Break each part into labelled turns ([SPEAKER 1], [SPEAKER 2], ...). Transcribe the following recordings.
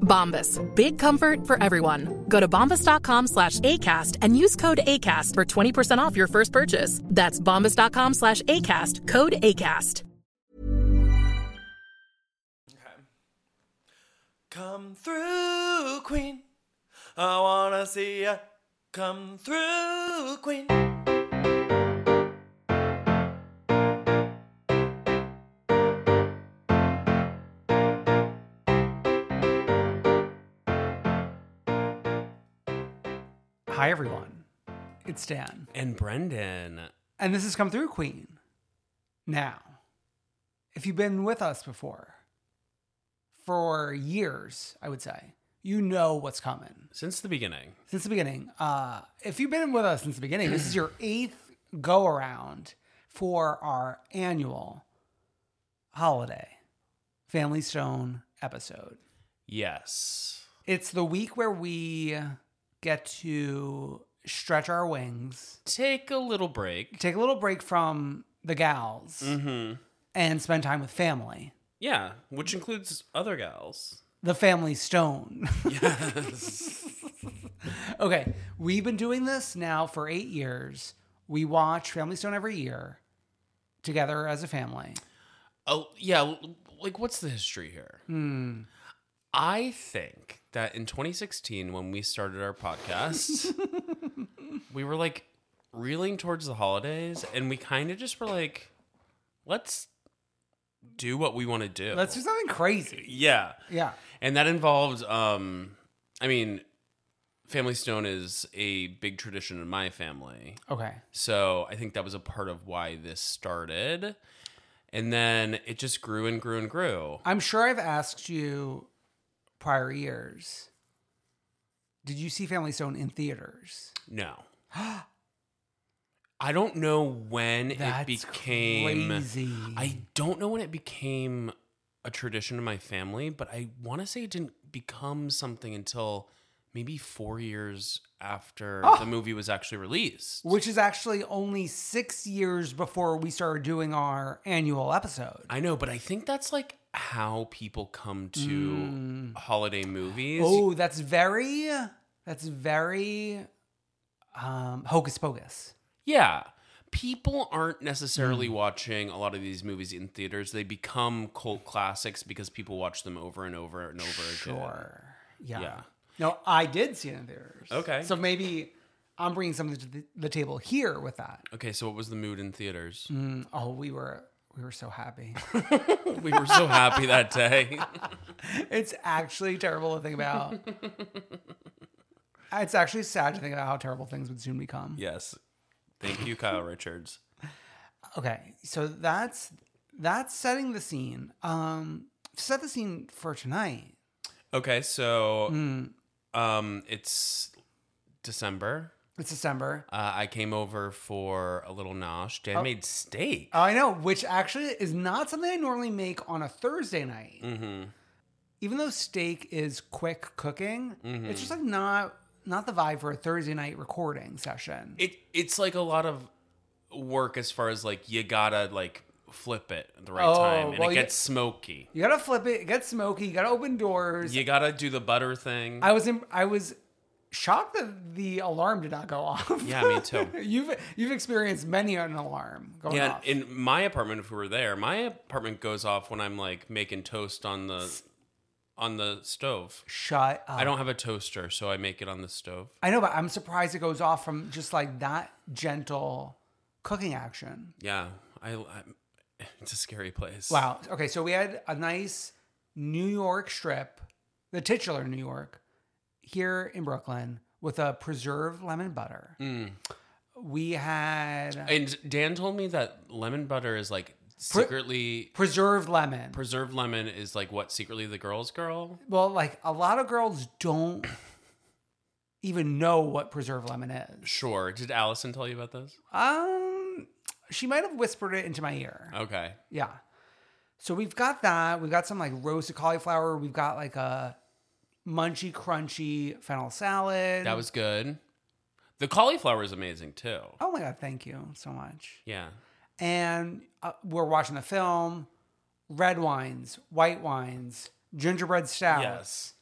[SPEAKER 1] Bombas. Big comfort for everyone. Go to bombas.com slash ACAST and use code ACAST for 20% off your first purchase. That's bombas.com slash ACAST. Code ACAST.
[SPEAKER 2] Come through, Queen. I wanna see ya. Come through, Queen.
[SPEAKER 3] Hi, everyone. It's Dan.
[SPEAKER 4] And Brendan.
[SPEAKER 3] And this has come through, Queen. Now, if you've been with us before, for years, I would say, you know what's coming
[SPEAKER 4] Since the beginning.
[SPEAKER 3] since the beginning. Uh, if you've been with us since the beginning, this is your eighth go around for our annual holiday Family Stone episode.
[SPEAKER 4] Yes.
[SPEAKER 3] It's the week where we get to stretch our wings,
[SPEAKER 4] Take a little break.
[SPEAKER 3] take a little break from the gals,
[SPEAKER 4] Mm-hmm.
[SPEAKER 3] and spend time with family.
[SPEAKER 4] Yeah, which includes other gals.
[SPEAKER 3] The Family Stone.
[SPEAKER 4] Yes.
[SPEAKER 3] okay, we've been doing this now for eight years. We watch Family Stone every year together as a family.
[SPEAKER 4] oh, yeah. l- Like, what's the history here?
[SPEAKER 3] Hmm.
[SPEAKER 4] I think that in 2016, when we started our podcast, we were like reeling towards the holidays, and we kind of just were like, let's do what we want to do.
[SPEAKER 3] Let's do something crazy.
[SPEAKER 4] Yeah.
[SPEAKER 3] Yeah.
[SPEAKER 4] And that involved, um, I mean, Family Stone is a big tradition in my family.
[SPEAKER 3] Okay.
[SPEAKER 4] So I think that was a part of why this started. And then it just grew and grew and grew.
[SPEAKER 3] I'm sure I've asked you prior years. Did you see Family Stone in theaters?
[SPEAKER 4] No. I don't know when it
[SPEAKER 3] That's
[SPEAKER 4] became.
[SPEAKER 3] crazy.
[SPEAKER 4] I don't know when it became a tradition in my family, but I want to say it didn't become something until maybe four years after
[SPEAKER 3] Oh!
[SPEAKER 4] the movie was actually released.
[SPEAKER 3] Which is actually only six years before we started doing our annual episode.
[SPEAKER 4] I know, but I think that's like how people come to holiday movies.
[SPEAKER 3] Mm. Oh, that's very that's very um hocus pocus.
[SPEAKER 4] Yeah. People aren't necessarily
[SPEAKER 3] Mm.
[SPEAKER 4] watching a lot of these movies in theaters. They become cult classics because people watch them over and over and over
[SPEAKER 3] Sure. Yeah.
[SPEAKER 4] again.
[SPEAKER 3] No, I did see it in theaters.
[SPEAKER 4] Okay.
[SPEAKER 3] So maybe I'm bringing something to the, the table here with that.
[SPEAKER 4] Okay, so what was the mood in theaters?
[SPEAKER 3] Mm, oh, we were we were so happy.
[SPEAKER 4] we were so happy that day.
[SPEAKER 3] it's actually terrible to think about. it's actually sad to think about how terrible things would soon become.
[SPEAKER 4] yes. Thank you, Kyle Richards.
[SPEAKER 3] Okay, so that's that's setting the scene. Um, set the scene for tonight.
[SPEAKER 4] Okay, so
[SPEAKER 3] Mm.
[SPEAKER 4] um it's December.
[SPEAKER 3] It's December.
[SPEAKER 4] Uh, I came over for a little nosh. Dan made steak.
[SPEAKER 3] Oh, I know, which actually is not something I normally make on a Thursday night.
[SPEAKER 4] mm-hmm.
[SPEAKER 3] Even though steak is quick cooking,
[SPEAKER 4] Mm-hmm.
[SPEAKER 3] it's just like not not the vibe for a Thursday night recording session.
[SPEAKER 4] It it's like a lot of work as far as like you gotta like flip it at the right
[SPEAKER 3] Oh,
[SPEAKER 4] time, and
[SPEAKER 3] well,
[SPEAKER 4] it
[SPEAKER 3] you-
[SPEAKER 4] gets smoky.
[SPEAKER 3] You gotta flip it. It gets smoky. You gotta open doors.
[SPEAKER 4] You gotta do the butter thing.
[SPEAKER 3] I was in, I was shocked that the alarm did not go off.
[SPEAKER 4] Yeah, me too.
[SPEAKER 3] you've you've experienced many an alarm going
[SPEAKER 4] yeah,
[SPEAKER 3] off.
[SPEAKER 4] in my apartment, if we were there, my apartment goes off when I'm like making toast on the on the stove.
[SPEAKER 3] Shut up.
[SPEAKER 4] I don't have a toaster, so I make it on the stove.
[SPEAKER 3] I know, but I'm surprised it goes off from just like that gentle cooking action.
[SPEAKER 4] Yeah, I. I it's a scary place.
[SPEAKER 3] Wow. Okay, so we had a nice New York strip, the titular New York, here in Brooklyn with a preserved lemon butter.
[SPEAKER 4] Mm.
[SPEAKER 3] We had
[SPEAKER 4] And Dan told me that lemon butter is like secretly
[SPEAKER 3] preserved lemon.
[SPEAKER 4] preserved lemon is like what secretly the girls girl.
[SPEAKER 3] well, like a lot of girls don't even know what preserved lemon is.
[SPEAKER 4] Sure. Did Allison tell you about this?
[SPEAKER 3] Um, she might have whispered it into my ear.
[SPEAKER 4] Okay.
[SPEAKER 3] Yeah. So we've got that. We've got some like roasted cauliflower. We've got like a munchy crunchy fennel salad.
[SPEAKER 4] That was good. The cauliflower is amazing too.
[SPEAKER 3] Oh my god! Thank you so much.
[SPEAKER 4] Yeah.
[SPEAKER 3] And uh, we're watching the film. Red wines, white wines, gingerbread stout.
[SPEAKER 4] Yes.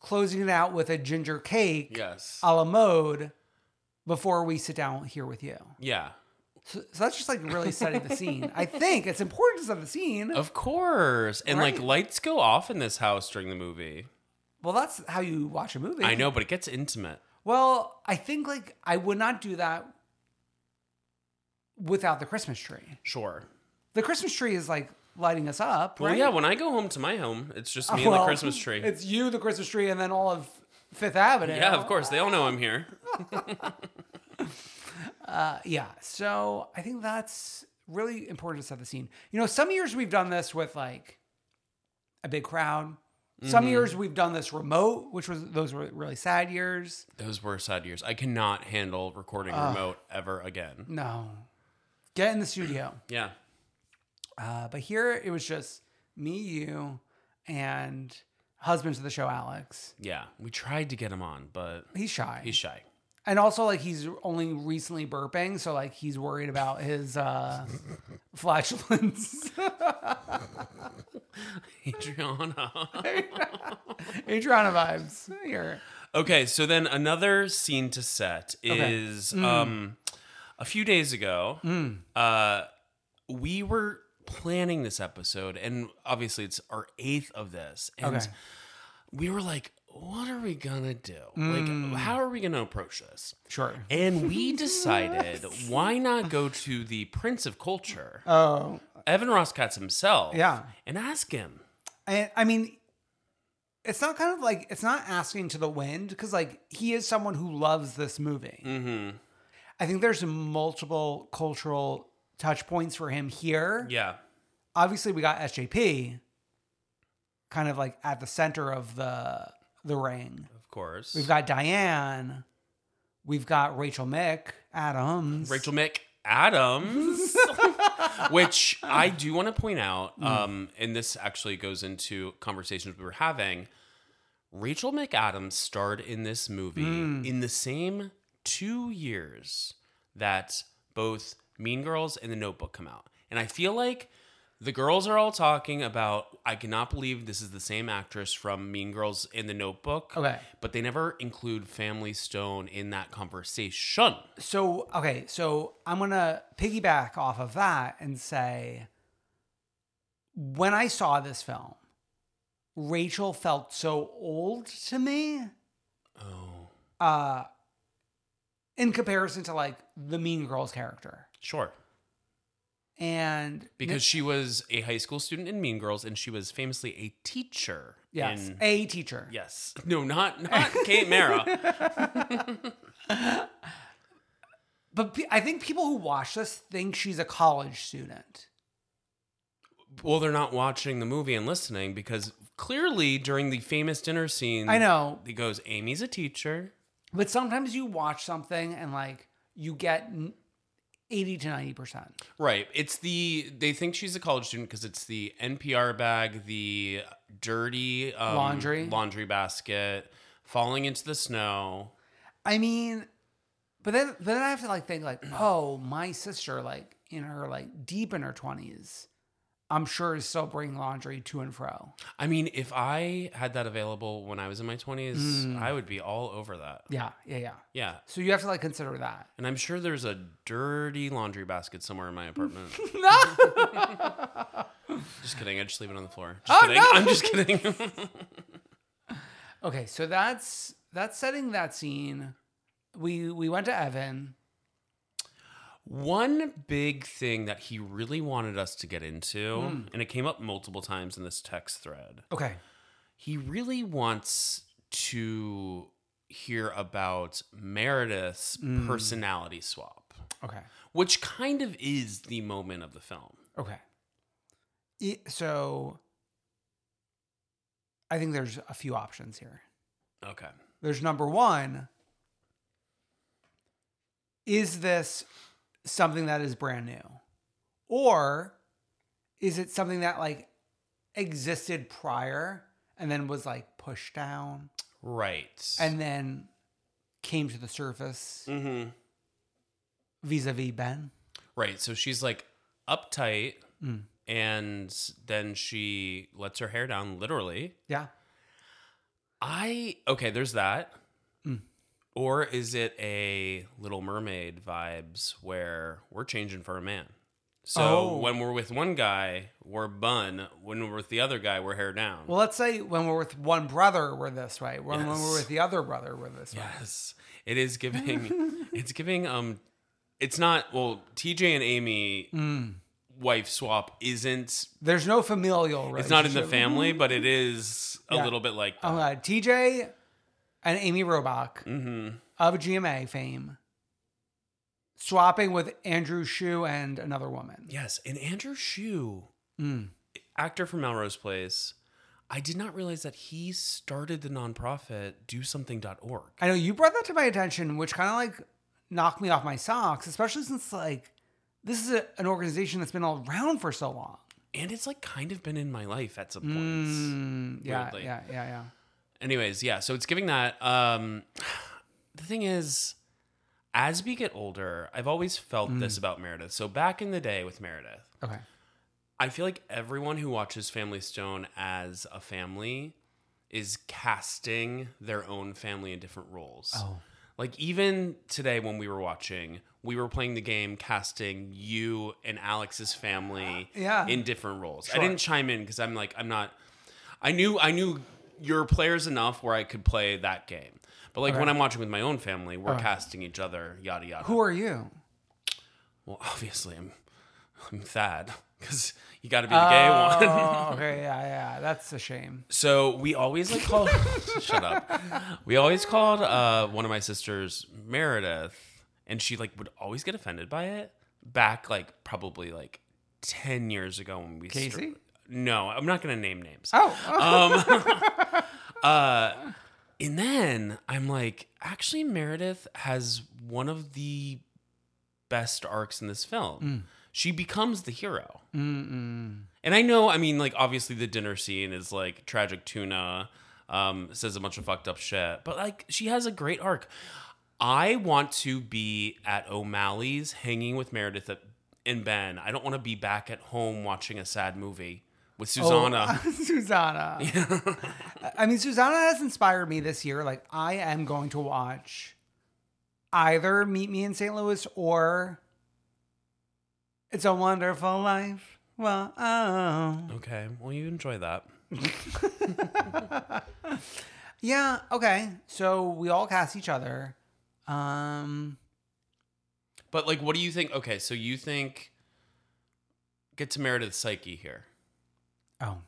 [SPEAKER 3] Closing it out with a ginger cake
[SPEAKER 4] Yes.
[SPEAKER 3] a la mode. Before we sit down here with you,
[SPEAKER 4] yeah.
[SPEAKER 3] so, so that's just like really setting the scene. I think it's important to set the scene.
[SPEAKER 4] Of course. And like
[SPEAKER 3] Right.
[SPEAKER 4] lights go off in this house during the movie.
[SPEAKER 3] Well, that's how you watch a movie.
[SPEAKER 4] I know, but it gets intimate.
[SPEAKER 3] Well, I think like I would not do that without the Christmas tree.
[SPEAKER 4] Sure.
[SPEAKER 3] The Christmas tree is like lighting us up,
[SPEAKER 4] Well,
[SPEAKER 3] right?
[SPEAKER 4] yeah, when I go home to my home, it's just me and
[SPEAKER 3] Well,
[SPEAKER 4] the Christmas tree.
[SPEAKER 3] It's you, the Christmas tree, and then all of Fifth Avenue.
[SPEAKER 4] yeah, of course. They all know I'm here.
[SPEAKER 3] Uh, yeah. So I think that's really important to set the scene. You know, some years we've done this with like a big crowd.
[SPEAKER 4] Mm-hmm.
[SPEAKER 3] Some years we've done this remote, which was those were really sad years.
[SPEAKER 4] Those were sad years. I cannot handle recording remote ever again.
[SPEAKER 3] No, get in the studio.
[SPEAKER 4] Yeah.
[SPEAKER 3] Uh, but here it was just me, you, and husband to the show, Alex.
[SPEAKER 4] Yeah. We tried to get him on, but
[SPEAKER 3] He's shy.
[SPEAKER 4] he's shy.
[SPEAKER 3] And also, like, he's only recently burping. So, like, he's worried about his uh, flatulence.
[SPEAKER 4] Adriana.
[SPEAKER 3] Adriana vibes here.
[SPEAKER 4] Okay, so then another scene to set
[SPEAKER 3] Okay. Hmm.
[SPEAKER 4] is um a few days ago, uh we were planning this episode and obviously it's our eighth of this and
[SPEAKER 3] Okay.
[SPEAKER 4] we were like what are we gonna do like how are we gonna approach this
[SPEAKER 3] Hmm. Sure.
[SPEAKER 4] and we decided why not go to the prince of culture
[SPEAKER 3] Oh,
[SPEAKER 4] evan roskatz himself
[SPEAKER 3] Yeah.
[SPEAKER 4] and ask him
[SPEAKER 3] I, I mean, it's not kind of like, it's not asking to the wind because, like, he is someone who loves this movie.
[SPEAKER 4] mm-hmm.
[SPEAKER 3] I think there's multiple cultural touch points for him here.
[SPEAKER 4] yeah
[SPEAKER 3] obviously we got SJP kind of like at the center of the the ring.
[SPEAKER 4] of course
[SPEAKER 3] We've got Diane. We've got Rachel Mick Adams.
[SPEAKER 4] Rachel McAdams, which I do want to point out, um, and this actually goes into conversations we were having. Rachel McAdams starred in this movie in the same two years that both Mean Girls and The Notebook come out. And I feel like the girls are all talking about, I cannot believe this is the same actress from Mean Girls and The Notebook.
[SPEAKER 3] Okay.
[SPEAKER 4] But they never include Family Stone in that conversation.
[SPEAKER 3] So okay, so I'm gonna piggyback off of that and say when I saw this film, Rachel felt so old to me.
[SPEAKER 4] Oh.
[SPEAKER 3] Uh in comparison to like the Mean Girls character.
[SPEAKER 4] Sure.
[SPEAKER 3] And
[SPEAKER 4] Because she was a high school student in Mean Girls and she was famously a teacher.
[SPEAKER 3] yes,
[SPEAKER 4] In,
[SPEAKER 3] a teacher.
[SPEAKER 4] yes. No, not not Kate Mara.
[SPEAKER 3] But pe- I think people who watch this think she's a college student.
[SPEAKER 4] Well, they're not watching the movie and listening because clearly during the famous dinner scene
[SPEAKER 3] I know,
[SPEAKER 4] he goes, Amy's a teacher.
[SPEAKER 3] but sometimes you watch something and like you get n- 80 to 90%.
[SPEAKER 4] Right. It's the they think she's a college student because it's the NPR bag, the dirty um,
[SPEAKER 3] Laundry.
[SPEAKER 4] laundry basket, falling into the snow.
[SPEAKER 3] I mean, but then but then I have to like think like, "Oh, my sister like in her like deep in her 20s, I'm sure is still bringing laundry to and fro.
[SPEAKER 4] I mean, if I had that available when I was in my 20s, I would be all over that.
[SPEAKER 3] Yeah, yeah, yeah.
[SPEAKER 4] Yeah.
[SPEAKER 3] So you have to like consider that.
[SPEAKER 4] And I'm sure there's a dirty laundry basket somewhere in my apartment. just kidding. I just leave it on the floor. Just kidding. I'm just kidding.
[SPEAKER 3] Okay, so that's that's setting that scene. We we went to Evan.
[SPEAKER 4] One big thing that he really wanted us to get into, and it came up multiple times in this text thread,
[SPEAKER 3] Okay.
[SPEAKER 4] he really wants to hear about Meredith's personality swap,
[SPEAKER 3] Okay.
[SPEAKER 4] which kind of is the moment of the film.
[SPEAKER 3] Okay. E- so I think there's a few options here.
[SPEAKER 4] Okay.
[SPEAKER 3] There's number one. Is this something that is brand new? Or is it something that like existed prior and then was like pushed down
[SPEAKER 4] Right.
[SPEAKER 3] and then came to the surface
[SPEAKER 4] Mhm.
[SPEAKER 3] vis a vis Ben?
[SPEAKER 4] Right. So she's like uptight
[SPEAKER 3] Mm.
[SPEAKER 4] and then she lets her hair down literally.
[SPEAKER 3] Yeah.
[SPEAKER 4] I okay, there's that.
[SPEAKER 3] Mm.
[SPEAKER 4] Or is it a Little Mermaid vibes where we're changing for a man? So
[SPEAKER 3] Oh.
[SPEAKER 4] when we're with one guy, we're bun. When we're with the other guy, we're hair down.
[SPEAKER 3] Well, let's say when we're with one brother, we're this way. When, when
[SPEAKER 4] Yes.
[SPEAKER 3] we're with the other brother, we're this way.
[SPEAKER 4] yes, it is giving. it's giving. Um, it's not. Well, TJ and Amy
[SPEAKER 3] Mm.
[SPEAKER 4] wife swap isn't
[SPEAKER 3] There's no familial relationship.
[SPEAKER 4] It's not in the family, but it is a little bit like that.
[SPEAKER 3] Oh, Mm-hmm. uh, TJ and Amy Robach
[SPEAKER 4] mm-hmm.
[SPEAKER 3] of GMA fame swapping with Andrew Shue and another woman.
[SPEAKER 4] Yes, and Andrew Shue,
[SPEAKER 3] Mm.
[SPEAKER 4] actor from Melrose Place, I did not realize that he started the nonprofit DoSomething.org.
[SPEAKER 3] I know you brought that to my attention, which kind of like knocked me off my socks, especially since like this is a, an organization that's been around for so long.
[SPEAKER 4] And it's like kind of been in my life at some
[SPEAKER 3] Mm,
[SPEAKER 4] points.
[SPEAKER 3] yeah,
[SPEAKER 4] Weirdly.
[SPEAKER 3] yeah, yeah, yeah.
[SPEAKER 4] Anyways, yeah, so it's giving that. Um, the thing is, as we get older, I've always felt this about Meredith. So back in the day with Meredith,
[SPEAKER 3] Okay.
[SPEAKER 4] I feel like everyone who watches Family Stone as a family is casting their own family in different roles.
[SPEAKER 3] Oh.
[SPEAKER 4] Like even today when we were watching, we were playing the game casting you and Alex's family
[SPEAKER 3] Yeah.
[SPEAKER 4] in different roles.
[SPEAKER 3] Sure.
[SPEAKER 4] I didn't chime in because I'm like I'm not I knew I knew your players enough where I could play that game. But like when I'm watching with my own family, we're casting each other, yada yada.
[SPEAKER 3] Uh-huh. Who are you?
[SPEAKER 4] well, obviously I'm I'm Thad because you got to be the gay one.
[SPEAKER 3] Oh, okay, yeah, yeah. That's a shame.
[SPEAKER 4] So we always like call. shut up. We always called uh, one of my sisters Meredith, and she like would always get offended by it. Back like probably like ten years ago when we
[SPEAKER 3] Casey?
[SPEAKER 4] started- No, I'm not gonna name names.
[SPEAKER 3] Oh,
[SPEAKER 4] Uh, and then I'm like, actually, Meredith has one of the best arcs in this film. She becomes the hero. And I know, I mean, like, obviously, the dinner scene is like tragic tuna, um, says a bunch of fucked up shit, but like, she has a great arc. I want to be at O'Malley's hanging with Meredith at, and Ben. I don't want to be back at home watching a sad movie with
[SPEAKER 3] Oh.
[SPEAKER 4] Susanna.
[SPEAKER 3] Susanna. I mean, Susanna has inspired me this year. Like, I am going to watch either Meet Me in St. Louis or It's a Wonderful Life. Well, oh.
[SPEAKER 4] Okay, well, you enjoy that.
[SPEAKER 3] Yeah, okay. So we all cast each other. Um,
[SPEAKER 4] But like, what do you think? Okay, so you think get to Meredith's psyche here?
[SPEAKER 3] oh.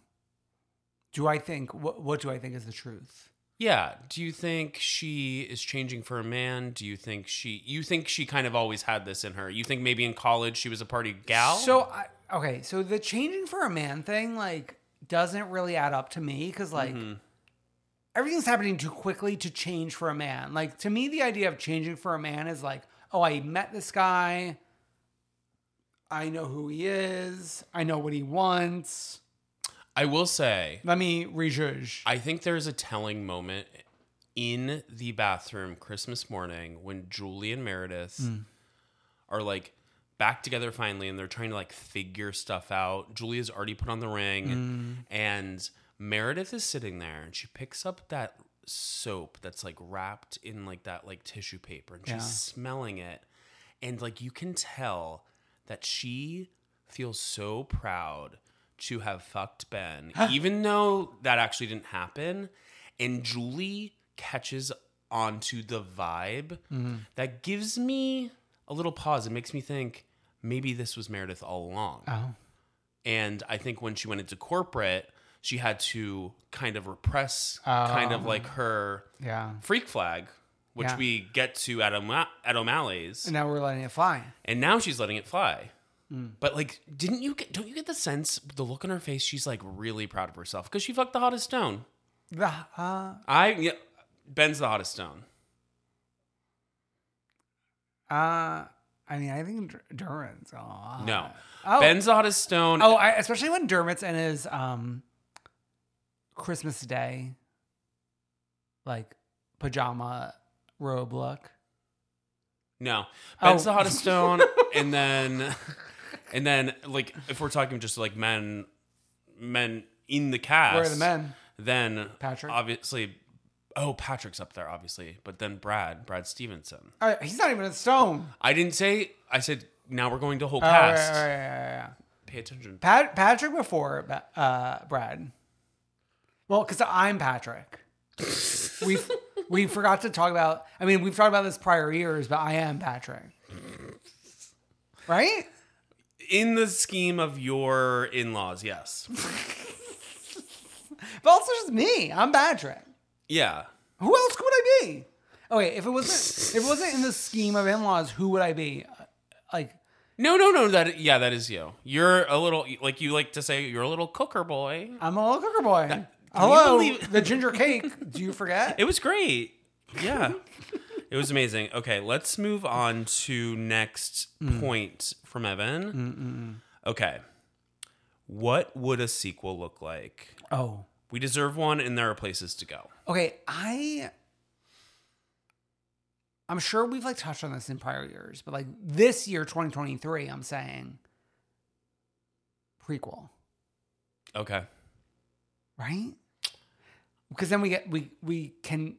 [SPEAKER 3] Do I think, what, what do I think is the truth?
[SPEAKER 4] Yeah. Do you think she is changing for a man? Do you think she? You think she kind of always had this in her? You think maybe in college she was a party gal?
[SPEAKER 3] So I okay, so the changing for a man thing like doesn't really add up to me because like
[SPEAKER 4] Mm-hmm.
[SPEAKER 3] everything's happening too quickly to change for a man. Like to me, the idea of changing for a man is like, oh, I met this guy. I know who he is. I know what he wants.
[SPEAKER 4] I will say,
[SPEAKER 3] Let me rejudge.
[SPEAKER 4] I think there is a telling moment in the bathroom Christmas morning when Julie and Meredith are like back together finally and they're trying to like figure stuff out. Julia's already put on the ring and Meredith is sitting there and she picks up that soap that's like wrapped in like that like tissue paper and she's
[SPEAKER 3] Yeah.
[SPEAKER 4] smelling it and like you can tell that she feels so proud to have fucked Ben, even though that actually didn't happen. And Julie catches onto the vibe that gives me a little pause. It makes me think maybe this was Meredith all along.
[SPEAKER 3] Oh.
[SPEAKER 4] And I think when she went into corporate, she had to kind of repress kind of like her
[SPEAKER 3] Yeah.
[SPEAKER 4] freak flag, which
[SPEAKER 3] Yeah.
[SPEAKER 4] we get to at, O'Ma- at O'Malley's
[SPEAKER 3] And now we're letting it fly.
[SPEAKER 4] and now she's letting it fly.
[SPEAKER 3] Hmm.
[SPEAKER 4] But like, didn't you get? Don't you get the sense the look on her face? She's like really proud of herself because she fucked the hottest stone.
[SPEAKER 3] The, uh,
[SPEAKER 4] I yeah, Ben's the hottest stone.
[SPEAKER 3] uh, I mean, I think Dur- Durant's. Oh,
[SPEAKER 4] No,
[SPEAKER 3] Oh.
[SPEAKER 4] Ben's the hottest stone.
[SPEAKER 3] Oh, I, especially when Dermot's in his um, Christmas Day, like pajama robe look.
[SPEAKER 4] no, Ben's
[SPEAKER 3] Oh.
[SPEAKER 4] the hottest stone. and then, and then like if we're talking just like men, men in the cast,
[SPEAKER 3] Where are the men?
[SPEAKER 4] Then
[SPEAKER 3] Patrick?
[SPEAKER 4] obviously. Oh, Patrick's up there, obviously. But then Brad, Brad Stevenson.
[SPEAKER 3] All right, he's not even in stone.
[SPEAKER 4] I didn't say. I said now we're going to whole
[SPEAKER 3] Oh, right,
[SPEAKER 4] cast.
[SPEAKER 3] right, right, right, right.
[SPEAKER 4] Pay attention.
[SPEAKER 3] Pat, Patrick before Ba- uh, Brad. Well, because I'm Patrick. we we forgot to talk about. I mean, we've talked about this prior years, but I am Patrick. Right?
[SPEAKER 4] In the scheme of your in-laws, yes.
[SPEAKER 3] But also just me. I'm Patrick.
[SPEAKER 4] Yeah.
[SPEAKER 3] Who else could I be? Okay, if it wasn't if it wasn't in the scheme of in-laws, who would I be? Like,
[SPEAKER 4] No, no, no. That yeah, that is you. You're a little like you like to say you're a little cooker boy.
[SPEAKER 3] I'm a little cooker boy. Hello,
[SPEAKER 4] believe-
[SPEAKER 3] the ginger cake. Do you forget?
[SPEAKER 4] It was great. Yeah. it was amazing. Okay, let's move on to next
[SPEAKER 3] Hmm.
[SPEAKER 4] point from
[SPEAKER 3] Mm,
[SPEAKER 4] Evan. Okay. What would a sequel look like?
[SPEAKER 3] oh,
[SPEAKER 4] We deserve one and there are places to go.
[SPEAKER 3] okay. I, I'm sure we've like touched on this in prior years, but like this year, 2023, I'm saying prequel,
[SPEAKER 4] Okay.
[SPEAKER 3] right? Because then we get we we can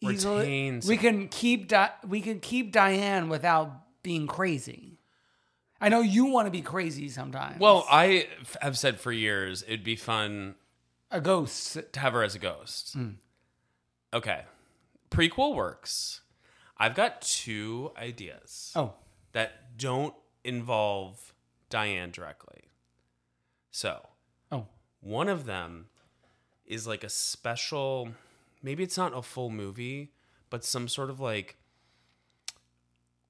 [SPEAKER 4] Retain
[SPEAKER 3] we
[SPEAKER 4] some-
[SPEAKER 3] can keep Di- we can keep Diane without being crazy. I know you want to be crazy sometimes.
[SPEAKER 4] Well, I f- have said for years it'd be fun
[SPEAKER 3] a ghost.
[SPEAKER 4] to have her as a ghost.
[SPEAKER 3] Hmm.
[SPEAKER 4] Okay. Prequel works. I've got two ideas
[SPEAKER 3] Oh,
[SPEAKER 4] that don't involve Diane directly. So,
[SPEAKER 3] oh,
[SPEAKER 4] one of them is like a special, maybe it's not a full movie, but some sort of like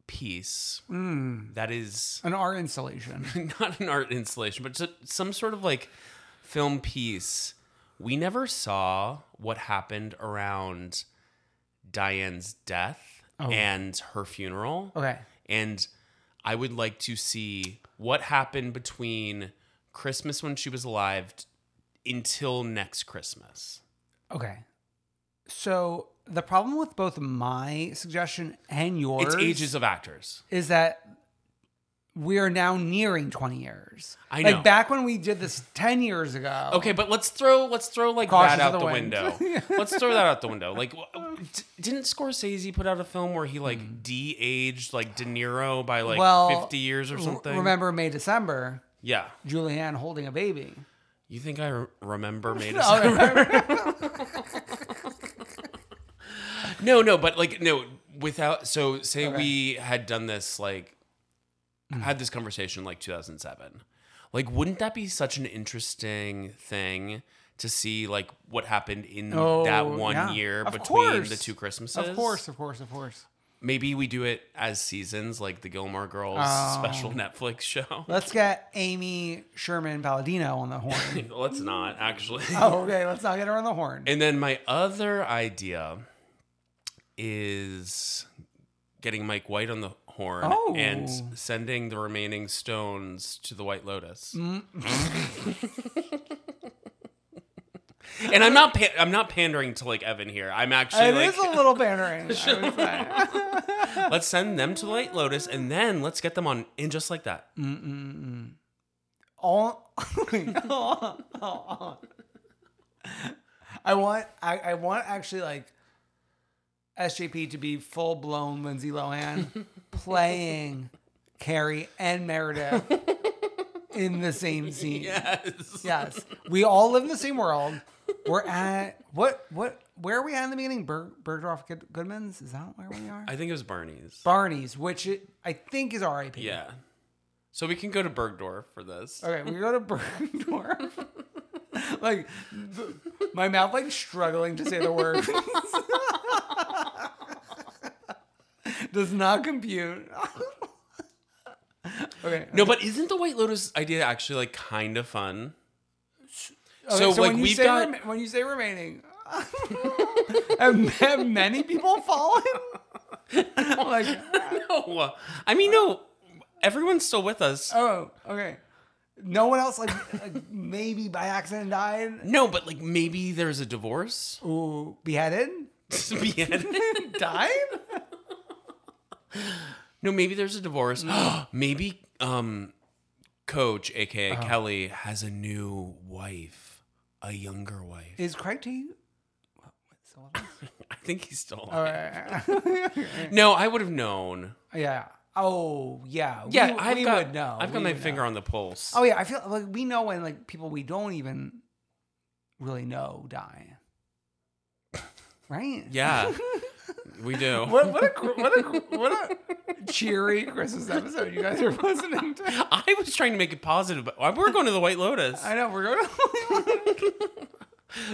[SPEAKER 4] piece
[SPEAKER 3] Hmm.
[SPEAKER 4] that is
[SPEAKER 3] an art installation.
[SPEAKER 4] not an art installation, but just some sort of like film piece. We never saw what happened around Diane's death and her funeral.
[SPEAKER 3] Okay,
[SPEAKER 4] And I would like to see what happened between Christmas when she was alive t- until next Christmas.
[SPEAKER 3] okay. So the problem with both my suggestion and yours
[SPEAKER 4] It's ages of actors.
[SPEAKER 3] is that we are now nearing 20 years.
[SPEAKER 4] I know.
[SPEAKER 3] Like back when we did this 10 years ago.
[SPEAKER 4] Okay, but let's throw let's throw like
[SPEAKER 3] Caution
[SPEAKER 4] that
[SPEAKER 3] to
[SPEAKER 4] out
[SPEAKER 3] the
[SPEAKER 4] the,
[SPEAKER 3] wind.
[SPEAKER 4] window. let's throw that out the window. Like, w- w- d- didn't Scorsese put out a film where he like de-aged like De Niro by like
[SPEAKER 3] Hmm. Well,
[SPEAKER 4] fifty years or
[SPEAKER 3] r-
[SPEAKER 4] something?
[SPEAKER 3] Remember May December,
[SPEAKER 4] Yeah.
[SPEAKER 3] Julianne holding a baby.
[SPEAKER 4] You think I re- remember made
[SPEAKER 3] Oh,
[SPEAKER 4] no, no, no, but like no, without so say we had done this like
[SPEAKER 3] Hmm.
[SPEAKER 4] had this conversation like 2007. Like wouldn't that be such an interesting thing to see like what happened in that
[SPEAKER 3] Oh,
[SPEAKER 4] one
[SPEAKER 3] yeah.
[SPEAKER 4] year
[SPEAKER 3] Of
[SPEAKER 4] between
[SPEAKER 3] course.
[SPEAKER 4] the two Christmases?
[SPEAKER 3] Of course, of course, of course.
[SPEAKER 4] Maybe we do it as seasons like the Gilmore Girls
[SPEAKER 3] Oh.
[SPEAKER 4] special Netflix show.
[SPEAKER 3] Let's get Amy Sherman Palladino on the horn.
[SPEAKER 4] Let's not actually.
[SPEAKER 3] oh, okay. Let's not get her on the horn.
[SPEAKER 4] And then my other idea is getting Mike White on the horn
[SPEAKER 3] Oh.
[SPEAKER 4] and s- sending the remaining
[SPEAKER 3] Mm.
[SPEAKER 4] stones to the White Lotus. and I'm not pa- I'm not pandering to like Evan here. I'm actually
[SPEAKER 3] It
[SPEAKER 4] like
[SPEAKER 3] is a little pandering. I would say.
[SPEAKER 4] let's send them to Light Lotus and then let's get them on in just like that.
[SPEAKER 3] all I want I, I want actually like SJP to be full blown Lindsay Lohan playing Carrie and Meredith in the same scene. Mm.
[SPEAKER 4] Yes.
[SPEAKER 3] Yes. We all live in the same world. We're at what what where are we at in the beginning? Ber, Bergdorf Good, Goodman's? Is that where we are?
[SPEAKER 4] I think it was Barney's.
[SPEAKER 3] Barney's, which it, I think is RIP.
[SPEAKER 4] yeah. So we can go to Bergdorf for this.
[SPEAKER 3] Okay, we go to Bergdorf. like th- my mouth like struggling to say the word. Does not compute. okay.
[SPEAKER 4] No, but isn't the White Lotus idea actually like kind of fun?
[SPEAKER 3] okay,
[SPEAKER 4] so, like,
[SPEAKER 3] when you
[SPEAKER 4] we've
[SPEAKER 3] say
[SPEAKER 4] got-
[SPEAKER 3] rem- when you say remaining have, have many people fallen? like
[SPEAKER 4] No, I mean no. Everyone's still with us.
[SPEAKER 3] oh, okay. No one else like, like maybe by accident died.
[SPEAKER 4] No, but like maybe there's a divorce.
[SPEAKER 3] Ooh, beheaded?
[SPEAKER 4] Beheaded?
[SPEAKER 3] Died?
[SPEAKER 4] no, maybe there's a divorce. maybe um Coach, aka
[SPEAKER 3] Uh-huh.
[SPEAKER 4] Kelly, has a new wife, a younger wife.
[SPEAKER 3] Is Craig T
[SPEAKER 4] I think he's still
[SPEAKER 3] All
[SPEAKER 4] alive.
[SPEAKER 3] right.
[SPEAKER 4] No, I would have known.
[SPEAKER 3] yeah. Oh yeah.
[SPEAKER 4] Yeah,
[SPEAKER 3] we,
[SPEAKER 4] I've
[SPEAKER 3] we
[SPEAKER 4] got
[SPEAKER 3] would know.
[SPEAKER 4] I've got
[SPEAKER 3] We
[SPEAKER 4] my
[SPEAKER 3] would
[SPEAKER 4] finger
[SPEAKER 3] know.
[SPEAKER 4] on the pulse.
[SPEAKER 3] Oh yeah, I feel like we know when like people we don't even really know die. Right.
[SPEAKER 4] yeah. we do.
[SPEAKER 3] What what a cr- what a cr- what a cheery Christmas episode you guys are listening to.
[SPEAKER 4] I was trying to make it positive, but we're going to the White Lotus.
[SPEAKER 3] I know we're going. to...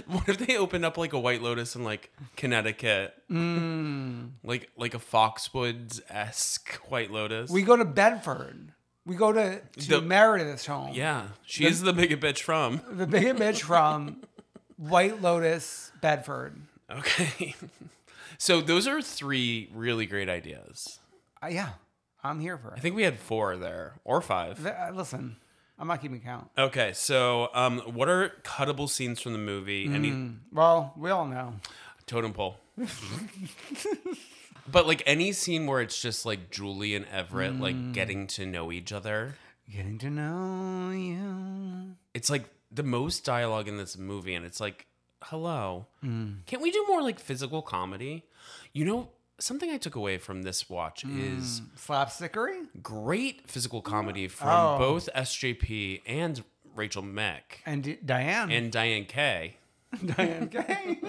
[SPEAKER 4] What if they opened up like a White Lotus in like Connecticut,
[SPEAKER 3] Mm.
[SPEAKER 4] like like a Foxwoods esque White Lotus?
[SPEAKER 3] We go to Bedford. We go to, to
[SPEAKER 4] The-
[SPEAKER 3] Meredith's home.
[SPEAKER 4] yeah, she is the biggest bitch from.
[SPEAKER 3] The big image from White Lotus, Bedford.
[SPEAKER 4] Okay, so those are three really great ideas.
[SPEAKER 3] Uh, yeah, I'm here for it.
[SPEAKER 4] I think we had four there or five.
[SPEAKER 3] Th- uh, Listen, I'm not keeping count.
[SPEAKER 4] Okay, so um, what are cuttable scenes from the movie?
[SPEAKER 3] Mm.
[SPEAKER 4] Any
[SPEAKER 3] Well, we all know.
[SPEAKER 4] totem pole. but like any scene where it's just like Julie and Everett like getting to know each other.
[SPEAKER 3] Getting to know you.
[SPEAKER 4] it's like the most dialogue in this movie and it's like hello can't we do more like physical comedy you know something i took away from this watch is
[SPEAKER 3] Slapstickery?
[SPEAKER 4] great physical comedy from
[SPEAKER 3] Oh.
[SPEAKER 4] both sjp and rachel meck
[SPEAKER 3] And D- Diane.
[SPEAKER 4] and diane k
[SPEAKER 3] Diane Gay.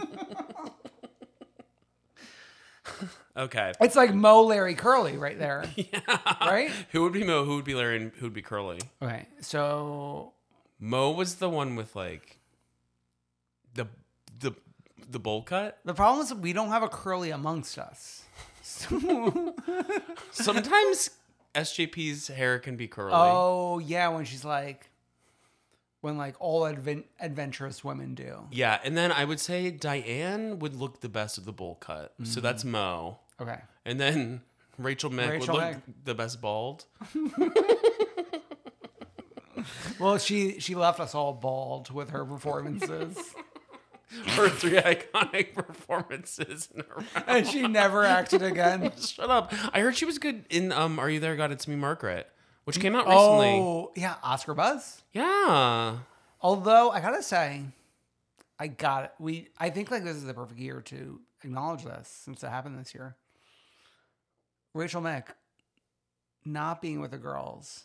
[SPEAKER 4] okay
[SPEAKER 3] it's like Mo Larry Curly right there. Right?
[SPEAKER 4] who would be mo who would be larry and who would be curly
[SPEAKER 3] Okay. So,
[SPEAKER 4] mo was the one with like the the the bowl cut
[SPEAKER 3] the problem is that we don't have a Curly amongst us. So-
[SPEAKER 4] sometimes sjp's hair can be curly
[SPEAKER 3] oh, yeah, when she's like, when like all adven- adventurous women do.
[SPEAKER 4] Yeah, and then I would say Diane would look the best of the bowl cut. So
[SPEAKER 3] Mm-hmm.
[SPEAKER 4] that's Mo.
[SPEAKER 3] Okay.
[SPEAKER 4] And then Rachel Mick
[SPEAKER 3] Rachel
[SPEAKER 4] would look
[SPEAKER 3] Mick.
[SPEAKER 4] the best bald.
[SPEAKER 3] Well, she she left us all bald with her performances.
[SPEAKER 4] Her three iconic performances in a row.
[SPEAKER 3] and she never acted again.
[SPEAKER 4] Shut up. I heard she was good in um Are You There God It's Me Margaret, which came out recently.
[SPEAKER 3] Oh, yeah, Oscar buzz.
[SPEAKER 4] Yeah.
[SPEAKER 3] Although I gotta say, I got it. We I think like this is the perfect year to acknowledge this since it happened this year. Rachel Mick not being with the girls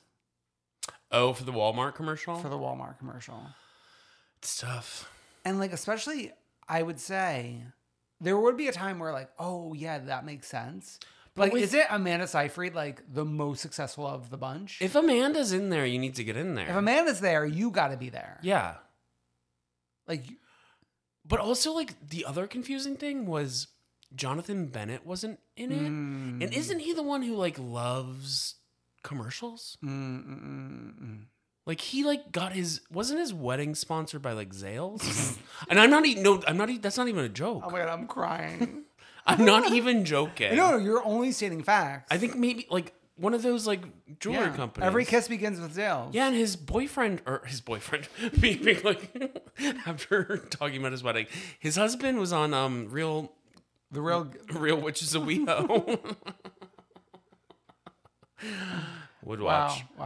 [SPEAKER 4] Oh, for the Walmart commercial?
[SPEAKER 3] for the Walmart commercial.
[SPEAKER 4] it's tough.
[SPEAKER 3] And like especially I would say there would be a time where like, oh yeah, that makes sense.
[SPEAKER 4] But
[SPEAKER 3] like
[SPEAKER 4] with-
[SPEAKER 3] is it Amanda Seyfried like the most successful of the bunch?
[SPEAKER 4] If Amanda's in there, you need to get in there.
[SPEAKER 3] if Amanda's there, you gotta be there.
[SPEAKER 4] yeah.
[SPEAKER 3] Like
[SPEAKER 4] But also, like, the other confusing thing was Jonathan Bennett wasn't in it.
[SPEAKER 3] Mm.
[SPEAKER 4] And isn't he the one who, like, loves commercials?
[SPEAKER 3] mm, mm, mm, mm.
[SPEAKER 4] Like, he, like, got his, wasn't his wedding sponsored by, like, Zales? and I'm not even, no, I'm not, e- that's not even a joke.
[SPEAKER 3] Oh my god, I'm crying.
[SPEAKER 4] I'm not even joking.
[SPEAKER 3] No, no, you're only stating facts.
[SPEAKER 4] I think maybe, like, one of those, like, jewelry
[SPEAKER 3] Yeah.
[SPEAKER 4] companies.
[SPEAKER 3] Every kiss begins with Zales.
[SPEAKER 4] Yeah, and his boyfriend, or his boyfriend, being like, after talking about his wedding. His husband was on um real
[SPEAKER 3] The real
[SPEAKER 4] real witches of WeHo. Would watch.
[SPEAKER 3] Wow.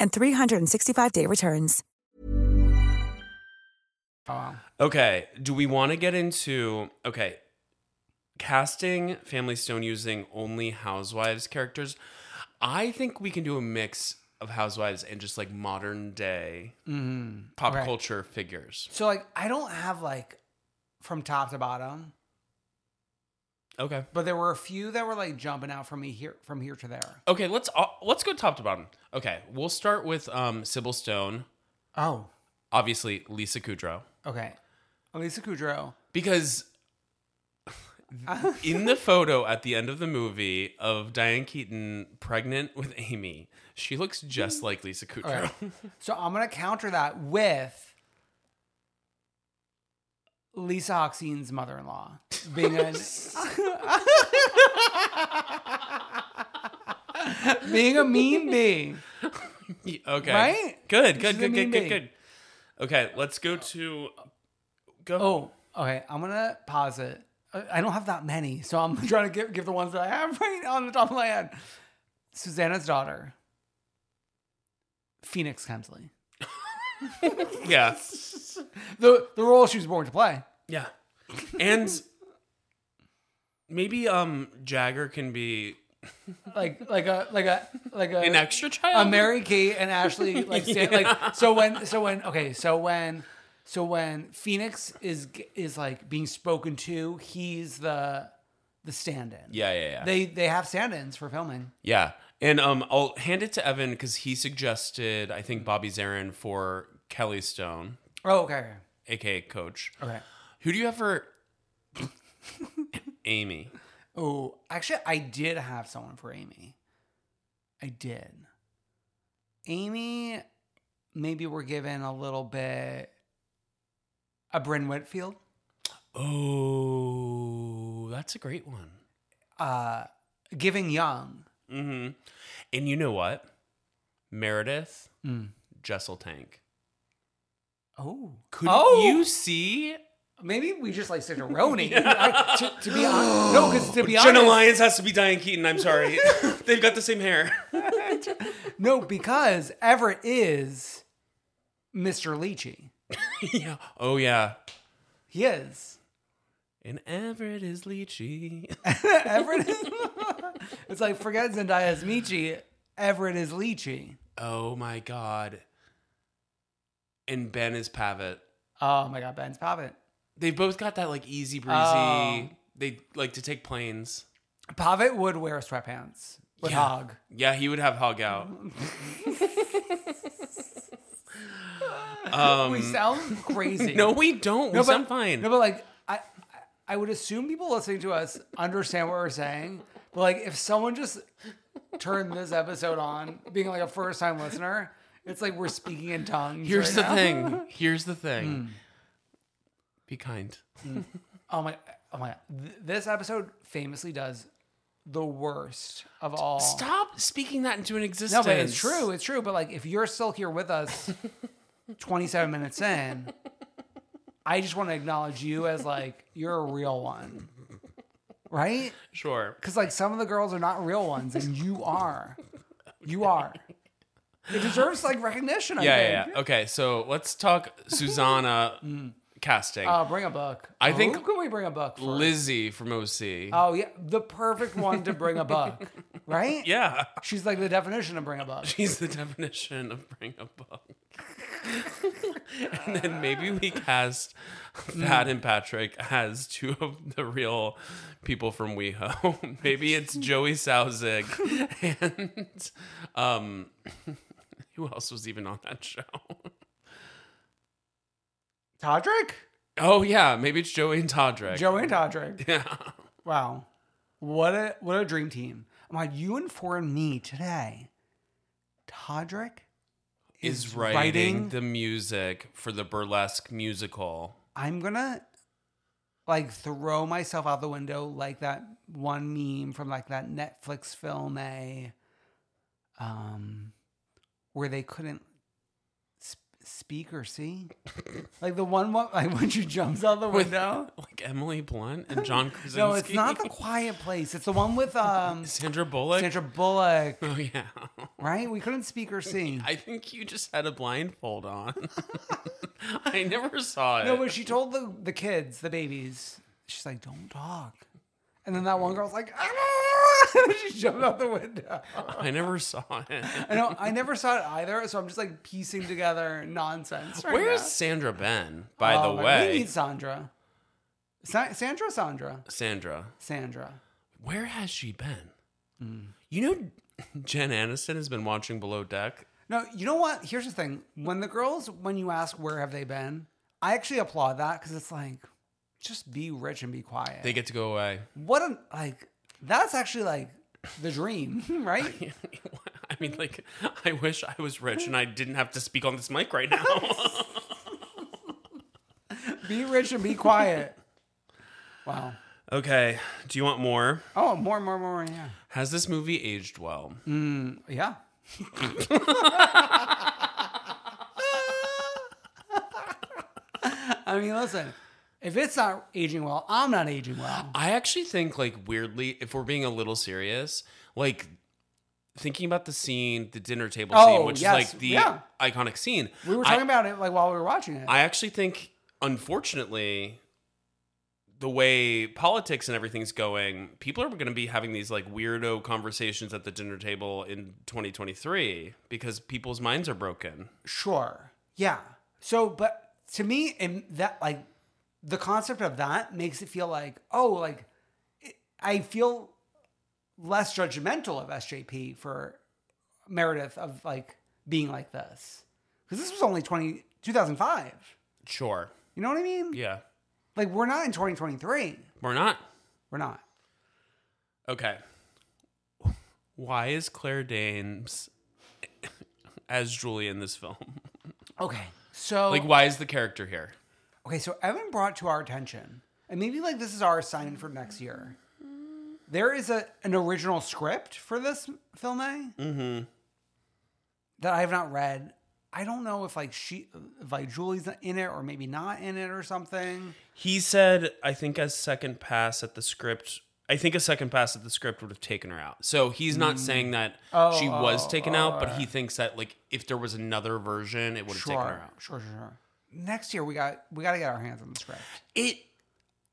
[SPEAKER 5] and 365-day returns.
[SPEAKER 3] oh,
[SPEAKER 4] Okay. Do we want to get into okay casting Family Stone using only housewives characters? I think we can do a mix of housewives and just like modern day pop
[SPEAKER 3] right.
[SPEAKER 4] culture figures.
[SPEAKER 3] Mm-hmm. So like I don't have like from top to bottom,
[SPEAKER 4] Okay.
[SPEAKER 3] but there were a few that were like jumping out from me here from here to there.
[SPEAKER 4] Okay, let's uh, let's go top to bottom. Okay, we'll start with um Sybil Stone,
[SPEAKER 3] Oh,
[SPEAKER 4] obviously Lisa Kudrow,
[SPEAKER 3] okay. Lisa Kudrow.
[SPEAKER 4] because in the photo at the end of the movie of Diane Keaton pregnant with Amy, she looks just like Lisa Kudrow.
[SPEAKER 3] So I'm gonna counter that with Lisa Hoxine's mother-in-law being a being a mean bee.
[SPEAKER 4] okay,
[SPEAKER 3] Right?
[SPEAKER 4] Good,
[SPEAKER 3] She's
[SPEAKER 4] good,
[SPEAKER 3] a
[SPEAKER 4] good,
[SPEAKER 3] mean
[SPEAKER 4] good, good,
[SPEAKER 3] being.
[SPEAKER 4] good. Okay, let's go to go.
[SPEAKER 3] Oh, okay. I'm gonna pause it. I- I don't have that many, so I'm trying to give, give the ones that I have right on the top of my head. Susanna's daughter, Phoenix Hemsley.
[SPEAKER 4] yeah,
[SPEAKER 3] The the role she was born to play.
[SPEAKER 4] yeah, and maybe um Jagger can be
[SPEAKER 3] Like like a like a like a
[SPEAKER 4] an extra
[SPEAKER 3] a
[SPEAKER 4] child.
[SPEAKER 3] Mary Kate and Ashley like stand, like so when so when okay so when so when Phoenix is is like being spoken to, he's the the stand-in.
[SPEAKER 4] yeah, yeah, yeah.
[SPEAKER 3] They they have stand-ins for filming.
[SPEAKER 4] Yeah. And um, I'll hand it to Evan because he suggested, I think, Bobby Zarin for Kelly Stone,
[SPEAKER 3] Oh, okay. okay.
[SPEAKER 4] aka Coach.
[SPEAKER 3] Okay.
[SPEAKER 4] Who do you have for Amy?
[SPEAKER 3] Oh, actually, I did have someone for Amy. I did. Amy, maybe we're given a little bit a Bryn Whitfield.
[SPEAKER 4] Oh, that's a great one.
[SPEAKER 3] Uh, giving young.
[SPEAKER 4] hmm And you know what? Meredith
[SPEAKER 3] Mm.
[SPEAKER 4] Jessel Tank.
[SPEAKER 3] Oh,
[SPEAKER 4] Could
[SPEAKER 3] Oh!
[SPEAKER 4] you see?
[SPEAKER 3] maybe we just like said Roni. I- to, to be honest, no, because to be honest,
[SPEAKER 4] Jenna Lyons has to be Diane Keaton. I'm sorry. They've got the same hair.
[SPEAKER 3] no, because Everett is Mr. Leachy.
[SPEAKER 4] yeah. Oh, yeah.
[SPEAKER 3] He is.
[SPEAKER 4] And Everett is Lychee.
[SPEAKER 3] Everett is. it's like forget Zendaya's Michi. Everett is Leachy.
[SPEAKER 4] Oh my god. And Ben is Pavitt.
[SPEAKER 3] Oh my god, Ben's Pavitt.
[SPEAKER 4] They both got that like easy breezy.
[SPEAKER 3] Oh.
[SPEAKER 4] They like to take planes.
[SPEAKER 3] Pavitt would wear sweatpants with
[SPEAKER 4] Yeah.
[SPEAKER 3] Hog.
[SPEAKER 4] Yeah, he would have hog out.
[SPEAKER 3] Oh,
[SPEAKER 4] um,
[SPEAKER 3] we sound crazy.
[SPEAKER 4] no, we don't. we
[SPEAKER 3] but-
[SPEAKER 4] sound fine.
[SPEAKER 3] No, but like I, I would assume people listening to us understand what we're saying. But like, if someone just turned this episode on, being like a first time listener, it's like we're speaking in tongues.
[SPEAKER 4] Here's
[SPEAKER 3] right
[SPEAKER 4] the
[SPEAKER 3] now.
[SPEAKER 4] thing. Here's the
[SPEAKER 3] Hmm.
[SPEAKER 4] thing. Be kind.
[SPEAKER 3] Oh my! Oh my! Th- This episode famously does the worst of all.
[SPEAKER 4] Stop speaking that into an
[SPEAKER 3] No,
[SPEAKER 4] existence.
[SPEAKER 3] but it's true. It's true. But like, if you're still here with us, 27 minutes in, I just want to acknowledge you as like you're a real one, right?
[SPEAKER 4] Sure.
[SPEAKER 3] Because like some of the girls are not real ones, and you are. You are. It deserves like recognition. I
[SPEAKER 4] yeah,
[SPEAKER 3] think.
[SPEAKER 4] yeah, yeah. Okay, so let's talk Susanna casting.
[SPEAKER 3] Uh, bring a book.
[SPEAKER 4] I think
[SPEAKER 3] Who can we bring a book Hmm. for?
[SPEAKER 4] Lizzie from OC.
[SPEAKER 3] Oh yeah, the perfect one to bring a book, right?
[SPEAKER 4] yeah.
[SPEAKER 3] She's like the definition of bring a book.
[SPEAKER 4] She's the definition of bring a book. and then maybe we cast Thad and Patrick as two of the real people from WeHo. maybe it's Joey Sauzig and um, who else was even on that show?
[SPEAKER 3] Todrick?
[SPEAKER 4] Oh yeah, maybe it's Joey and Todrick.
[SPEAKER 3] Joey and Todrick.
[SPEAKER 4] yeah.
[SPEAKER 3] Wow. What a what a dream team. I'm like, you informed me today. Todrick
[SPEAKER 4] Is, writing, the music for the burlesque musical.
[SPEAKER 3] I'm gonna like throw myself out the window like that one meme from like that Netflix film a um where they couldn't sp- speak or see like the one wa- like when she jumps out the
[SPEAKER 4] With
[SPEAKER 3] window
[SPEAKER 4] like Emily Blunt and John Krasinski.
[SPEAKER 3] no it's not the quiet place it's the one with um
[SPEAKER 4] Sandra Bullock.
[SPEAKER 3] Sandra Bullock
[SPEAKER 4] Oh yeah.
[SPEAKER 3] right we couldn't speak or see
[SPEAKER 4] I think you just had a blindfold on. I never saw it.
[SPEAKER 3] no but she told the the kids the babies she's like don't talk and then that one girl's like ah! she jumped out the window
[SPEAKER 4] I never saw it.
[SPEAKER 3] I know I never saw it either, so I'm just like piecing together nonsense. Right
[SPEAKER 4] Where's
[SPEAKER 3] now.
[SPEAKER 4] Sandra Ben? By
[SPEAKER 3] Oh,
[SPEAKER 4] the
[SPEAKER 3] my- we
[SPEAKER 4] way,
[SPEAKER 3] need Sandra. Sa- Sandra, Sandra,
[SPEAKER 4] Sandra,
[SPEAKER 3] Sandra.
[SPEAKER 4] where has she been?
[SPEAKER 3] Hmm.
[SPEAKER 4] You know, Jen Aniston has been watching Below Deck.
[SPEAKER 3] No, you know what? Here's the thing: when the girls, when you ask where have they been, I actually applaud that because it's like, just be rich and be quiet.
[SPEAKER 4] They get to go away.
[SPEAKER 3] what a like. That's actually like the dream, right?
[SPEAKER 4] I mean, like, I wish I was rich and I didn't have to speak on this mic right now.
[SPEAKER 3] Be rich and be quiet. Wow.
[SPEAKER 4] okay, do you want more?
[SPEAKER 3] Oh, more, more, more. Yeah.
[SPEAKER 4] Has this movie aged well?
[SPEAKER 3] Yeah. I mean, listen, if it's not aging well, I'm not aging well.
[SPEAKER 4] I actually think, like, weirdly, if we're being a little serious, like, thinking about the scene, the dinner table
[SPEAKER 3] Oh,
[SPEAKER 4] scene, which
[SPEAKER 3] yes,
[SPEAKER 4] is like the
[SPEAKER 3] yeah.
[SPEAKER 4] iconic scene.
[SPEAKER 3] We were
[SPEAKER 4] I,
[SPEAKER 3] talking about it like while we were watching it.
[SPEAKER 4] I actually think, unfortunately, the way politics and everything's going, people are going to be having these like weirdo conversations at the dinner table in 2023 because people's minds are broken.
[SPEAKER 3] sure. Yeah. So, but to me, and that like the concept of that makes it feel like, oh, like it, I feel less judgmental of SJP for Meredith of like being like this. Because this was only 20, 2005.
[SPEAKER 4] Sure.
[SPEAKER 3] You know what I mean?
[SPEAKER 4] Yeah.
[SPEAKER 3] Like we're not in 2023.
[SPEAKER 4] We're not.
[SPEAKER 3] We're not.
[SPEAKER 4] Okay. Why is Claire Danes as Julie in this film?
[SPEAKER 3] Okay. So
[SPEAKER 4] Like, why is the character here?
[SPEAKER 3] okay, so Evan brought to our attention, and maybe like this is our assignment for next year. There is a an original script for this film A
[SPEAKER 4] Mm-hmm.
[SPEAKER 3] that I have not read. I don't know if like she, if like Julie's in it or maybe not in it or something.
[SPEAKER 4] He said, I think a second pass at the script. I think a second pass at the script would have taken her out. So he's not saying that she was taken out, but he thinks that like if there was another version, it would have
[SPEAKER 3] Sure,
[SPEAKER 4] taken her
[SPEAKER 3] sure,
[SPEAKER 4] out.
[SPEAKER 3] sure, sure. Next year we got we got to get our hands on the script.
[SPEAKER 4] It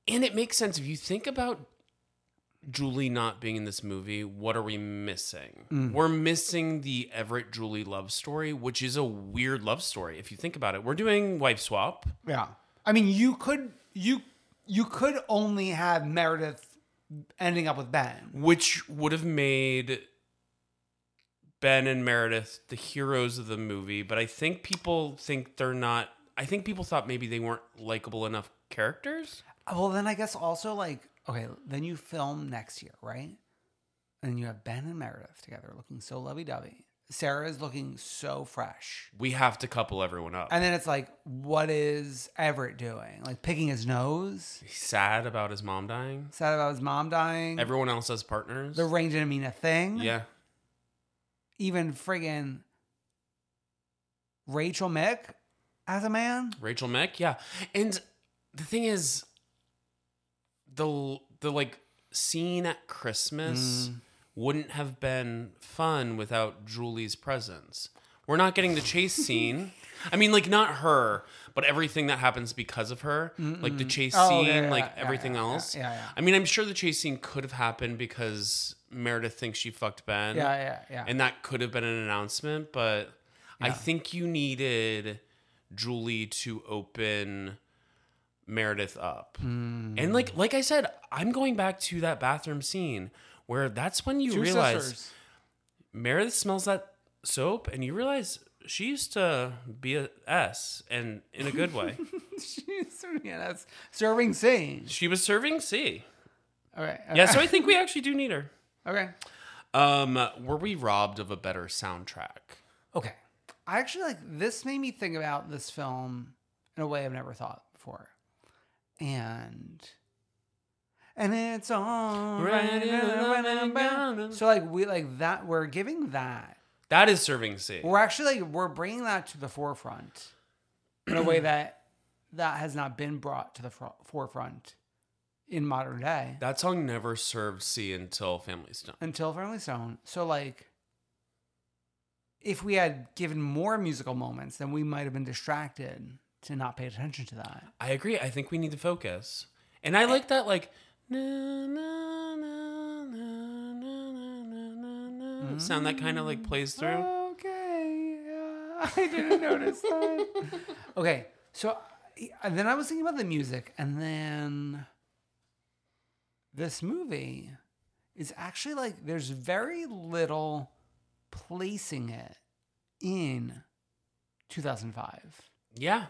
[SPEAKER 4] and it makes sense if you think about Julie not being in this movie, what are we missing?
[SPEAKER 3] Mm.
[SPEAKER 4] We're missing the Everett Julie love story, which is a weird love story if you think about it. We're doing wife swap.
[SPEAKER 3] Yeah. I mean, you could you you could only have Meredith ending up with Ben.
[SPEAKER 4] which would have made Ben and Meredith the heroes of the movie, but I think people think they're not. I think people thought maybe they weren't likable enough characters.
[SPEAKER 3] Well, then I guess also like okay, then you film next year, right? And you have Ben and Meredith together looking so lovey-dovey. Sarah is looking so fresh.
[SPEAKER 4] We have to couple everyone up.
[SPEAKER 3] And then it's like, what is Everett doing? Like picking his nose?
[SPEAKER 4] He's sad about his mom dying.
[SPEAKER 3] Sad about his mom dying.
[SPEAKER 4] Everyone else has partners.
[SPEAKER 3] the Range and Amina thing.
[SPEAKER 4] yeah,
[SPEAKER 3] Even friggin' Rachel Mick as a man.
[SPEAKER 4] Rachel Mick. Yeah, and the thing is, the the like scene at
[SPEAKER 3] Mm.
[SPEAKER 4] Christmas wouldn't have been fun without Julie's presence. We're not getting the chase scene. I mean, like not her, but everything that happens because of her, like the chase
[SPEAKER 3] Oh,
[SPEAKER 4] scene,
[SPEAKER 3] yeah, yeah,
[SPEAKER 4] like
[SPEAKER 3] yeah,
[SPEAKER 4] everything
[SPEAKER 3] yeah, yeah,
[SPEAKER 4] else.
[SPEAKER 3] yeah, yeah.
[SPEAKER 4] I mean, I'm sure the chase scene could have happened because Meredith thinks she fucked Ben.
[SPEAKER 3] Yeah, yeah, yeah.
[SPEAKER 4] And that could have been an announcement, but I think you needed Julie to open Meredith up.
[SPEAKER 3] Hmm.
[SPEAKER 4] And like like I said, I'm going back to that bathroom scene where that's when you
[SPEAKER 3] Two
[SPEAKER 4] realize
[SPEAKER 3] sisters.
[SPEAKER 4] Meredith smells that soap and you realize she used to be a S and in a good way.
[SPEAKER 3] She's serving it as serving sage.
[SPEAKER 4] she was serving C.
[SPEAKER 3] All right.
[SPEAKER 4] Yeah, so I think we actually do need her.
[SPEAKER 3] Okay.
[SPEAKER 4] Um, were we robbed of a better soundtrack?
[SPEAKER 3] Okay. I actually like this made me think about this film in a way I've never thought before. And and it's all right. So like we like that we're giving that.
[SPEAKER 4] That is serving C.
[SPEAKER 3] We're actually like, we're bringing that to the forefront in a way that that has not been brought to the fro- forefront in modern day.
[SPEAKER 4] That song never served C until Family Stone.
[SPEAKER 3] until Family Stone. So like if we had given more musical moments, then we might have been distracted to not pay attention to that.
[SPEAKER 4] I agree. I think we need to focus. And I like that, like, na, na, na, na, na, na, na, na, na, sound that kind of like plays through.
[SPEAKER 3] Okay. yeah, I didn't notice that. Okay. So and then I was thinking about the music and then this movie is actually like there's very little placing it in 2005.
[SPEAKER 4] Yeah.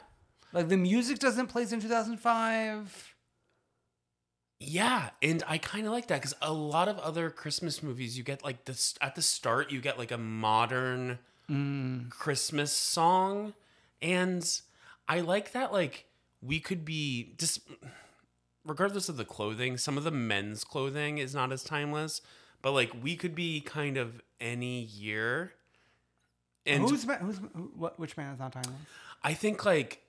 [SPEAKER 3] Like the music doesn't place in 2005.
[SPEAKER 4] Yeah, and I kind of like that because a lot of other Christmas movies, you get like this at the start, you get like a modern
[SPEAKER 3] Mm.
[SPEAKER 4] Christmas song, and I like that. Like we could be just regardless of the clothing, some of the men's clothing is not as timeless, but like we could be kind of any year. And
[SPEAKER 3] who's ma- who's who, what, which man is not timeless?
[SPEAKER 4] I think like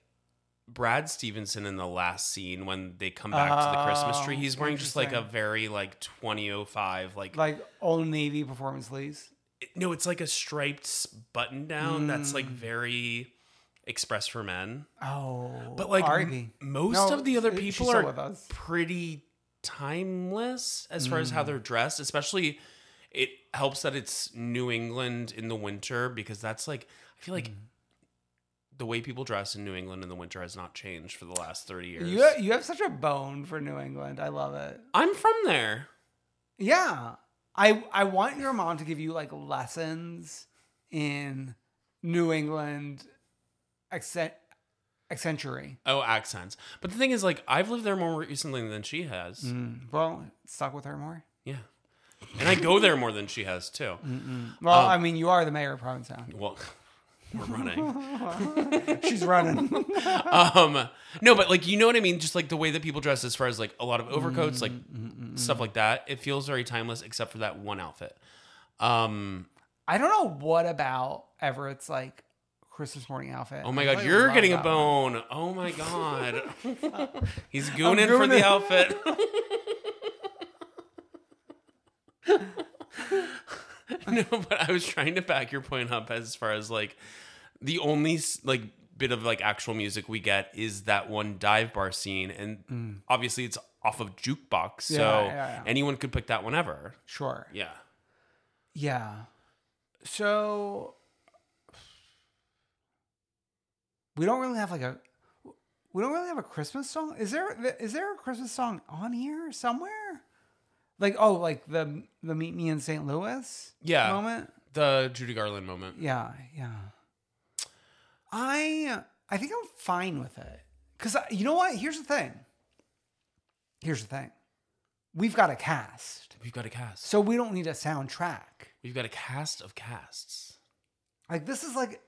[SPEAKER 4] Brad Stevenson in the last scene when they come back to the Christmas tree,
[SPEAKER 3] Oh,
[SPEAKER 4] he's wearing just like a
[SPEAKER 3] interesting.
[SPEAKER 4] very like 2005 like,
[SPEAKER 3] Like old navy performance sleeves.
[SPEAKER 4] no, it's like a striped button down that's
[SPEAKER 3] Mm.
[SPEAKER 4] like very express for men.
[SPEAKER 3] Oh,
[SPEAKER 4] But like
[SPEAKER 3] R.I.P.
[SPEAKER 4] m- most
[SPEAKER 3] No,
[SPEAKER 4] of the other
[SPEAKER 3] she- she's
[SPEAKER 4] people
[SPEAKER 3] still
[SPEAKER 4] are
[SPEAKER 3] with us. Mm.
[SPEAKER 4] pretty timeless as far as how they're dressed, especially it helps that it's New England in the winter because that's like I feel
[SPEAKER 3] Mm.
[SPEAKER 4] like the way people dress in New England in the winter has not changed for the last 30 years.
[SPEAKER 3] You have, you have such a bone for New England. I love it.
[SPEAKER 4] I'm from there.
[SPEAKER 3] Yeah, I I want your mom to give you like lessons in New England accent accentuary.
[SPEAKER 4] Oh, accents. But the thing is like I've lived there more recently than she has.
[SPEAKER 3] Mm. Hmm. Well, stuck with her more.
[SPEAKER 4] Yeah. And I go there more than she has too.
[SPEAKER 3] Mm. Well, I mean, you are the mayor of Provincetown.
[SPEAKER 4] Well, we're running.
[SPEAKER 3] She's running.
[SPEAKER 4] um, no, but like you know what I mean. Just like the way that people dress, as far as like a lot of overcoats, like stuff like that. It feels very timeless, except for that one outfit. Um,
[SPEAKER 3] I don't know what about Everett's like Christmas morning outfit.
[SPEAKER 4] oh my
[SPEAKER 3] I
[SPEAKER 4] god,
[SPEAKER 3] really
[SPEAKER 4] you're
[SPEAKER 3] love
[SPEAKER 4] getting a
[SPEAKER 3] that one.
[SPEAKER 4] bone. Oh my god, he's going in
[SPEAKER 3] I'm
[SPEAKER 4] for
[SPEAKER 3] gooning.
[SPEAKER 4] the outfit. no, but I was trying to back your point up as far as like the only s- like bit of like actual music we get is that one dive bar scene and obviously it's off of jukebox so
[SPEAKER 3] Mm. Yeah, yeah, yeah.
[SPEAKER 4] anyone could pick that one ever
[SPEAKER 3] Sure.
[SPEAKER 4] yeah
[SPEAKER 3] Yeah. So we don't really have like a we don't really have a Christmas song. Is there is there a Christmas song on here somewhere? Like oh, like the the Meet Me in St. Louis
[SPEAKER 4] Yeah.
[SPEAKER 3] moment.
[SPEAKER 4] the judy garland moment
[SPEAKER 3] Yeah, yeah. I I think I'm fine with it because you know what? Here's the thing. Here's the thing. We've got a cast,
[SPEAKER 4] we've got a cast
[SPEAKER 3] so we don't need a soundtrack.
[SPEAKER 4] we've got a cast of casts
[SPEAKER 3] Like this is like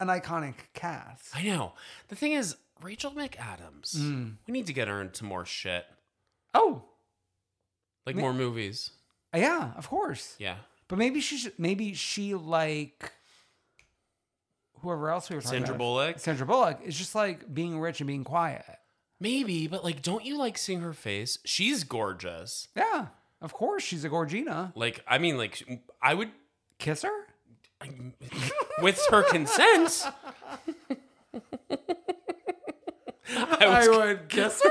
[SPEAKER 3] an iconic cast.
[SPEAKER 4] i know the thing is rachel mcadams
[SPEAKER 3] Mm.
[SPEAKER 4] we need to get her into more shit
[SPEAKER 3] Oh,
[SPEAKER 4] like
[SPEAKER 3] Me-
[SPEAKER 4] more movies
[SPEAKER 3] yeah, of course.
[SPEAKER 4] yeah
[SPEAKER 3] But maybe she should. Maybe she like whoever else we were talking
[SPEAKER 4] Sandra
[SPEAKER 3] about.
[SPEAKER 4] Bullock?
[SPEAKER 3] Sandra Bullock is just like being rich and being quiet.
[SPEAKER 4] maybe but like don't you like seeing her face she's gorgeous
[SPEAKER 3] Yeah, of course she's a Gorgina.
[SPEAKER 4] like i mean like i would
[SPEAKER 3] Kiss her.
[SPEAKER 4] with her consent. I
[SPEAKER 3] I
[SPEAKER 4] was,
[SPEAKER 3] would kiss her.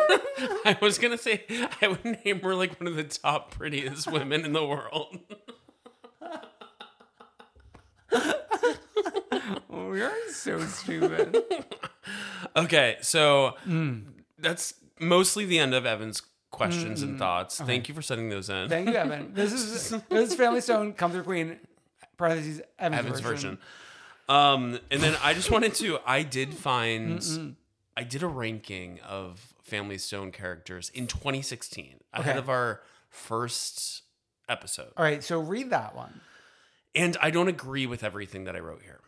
[SPEAKER 4] I was gonna say I would name her like one of the top prettiest women in the world.
[SPEAKER 3] Oh, You're so stupid.
[SPEAKER 4] Okay, so
[SPEAKER 3] Mm.
[SPEAKER 4] that's mostly the end of Evan's questions and thoughts. Thank you for sending those in.
[SPEAKER 3] Mm-hmm. Thank you, Evan. This is this is Family Stone comes through Queen. Parentheses Evan's,
[SPEAKER 4] Evan's version. Um, and then I just wanted to. I did find. I did a ranking of Family Stone characters in 2016 ahead
[SPEAKER 3] Okay.
[SPEAKER 4] of our first episode,
[SPEAKER 3] All right, so read that one.
[SPEAKER 4] and I don't agree with everything that I wrote here.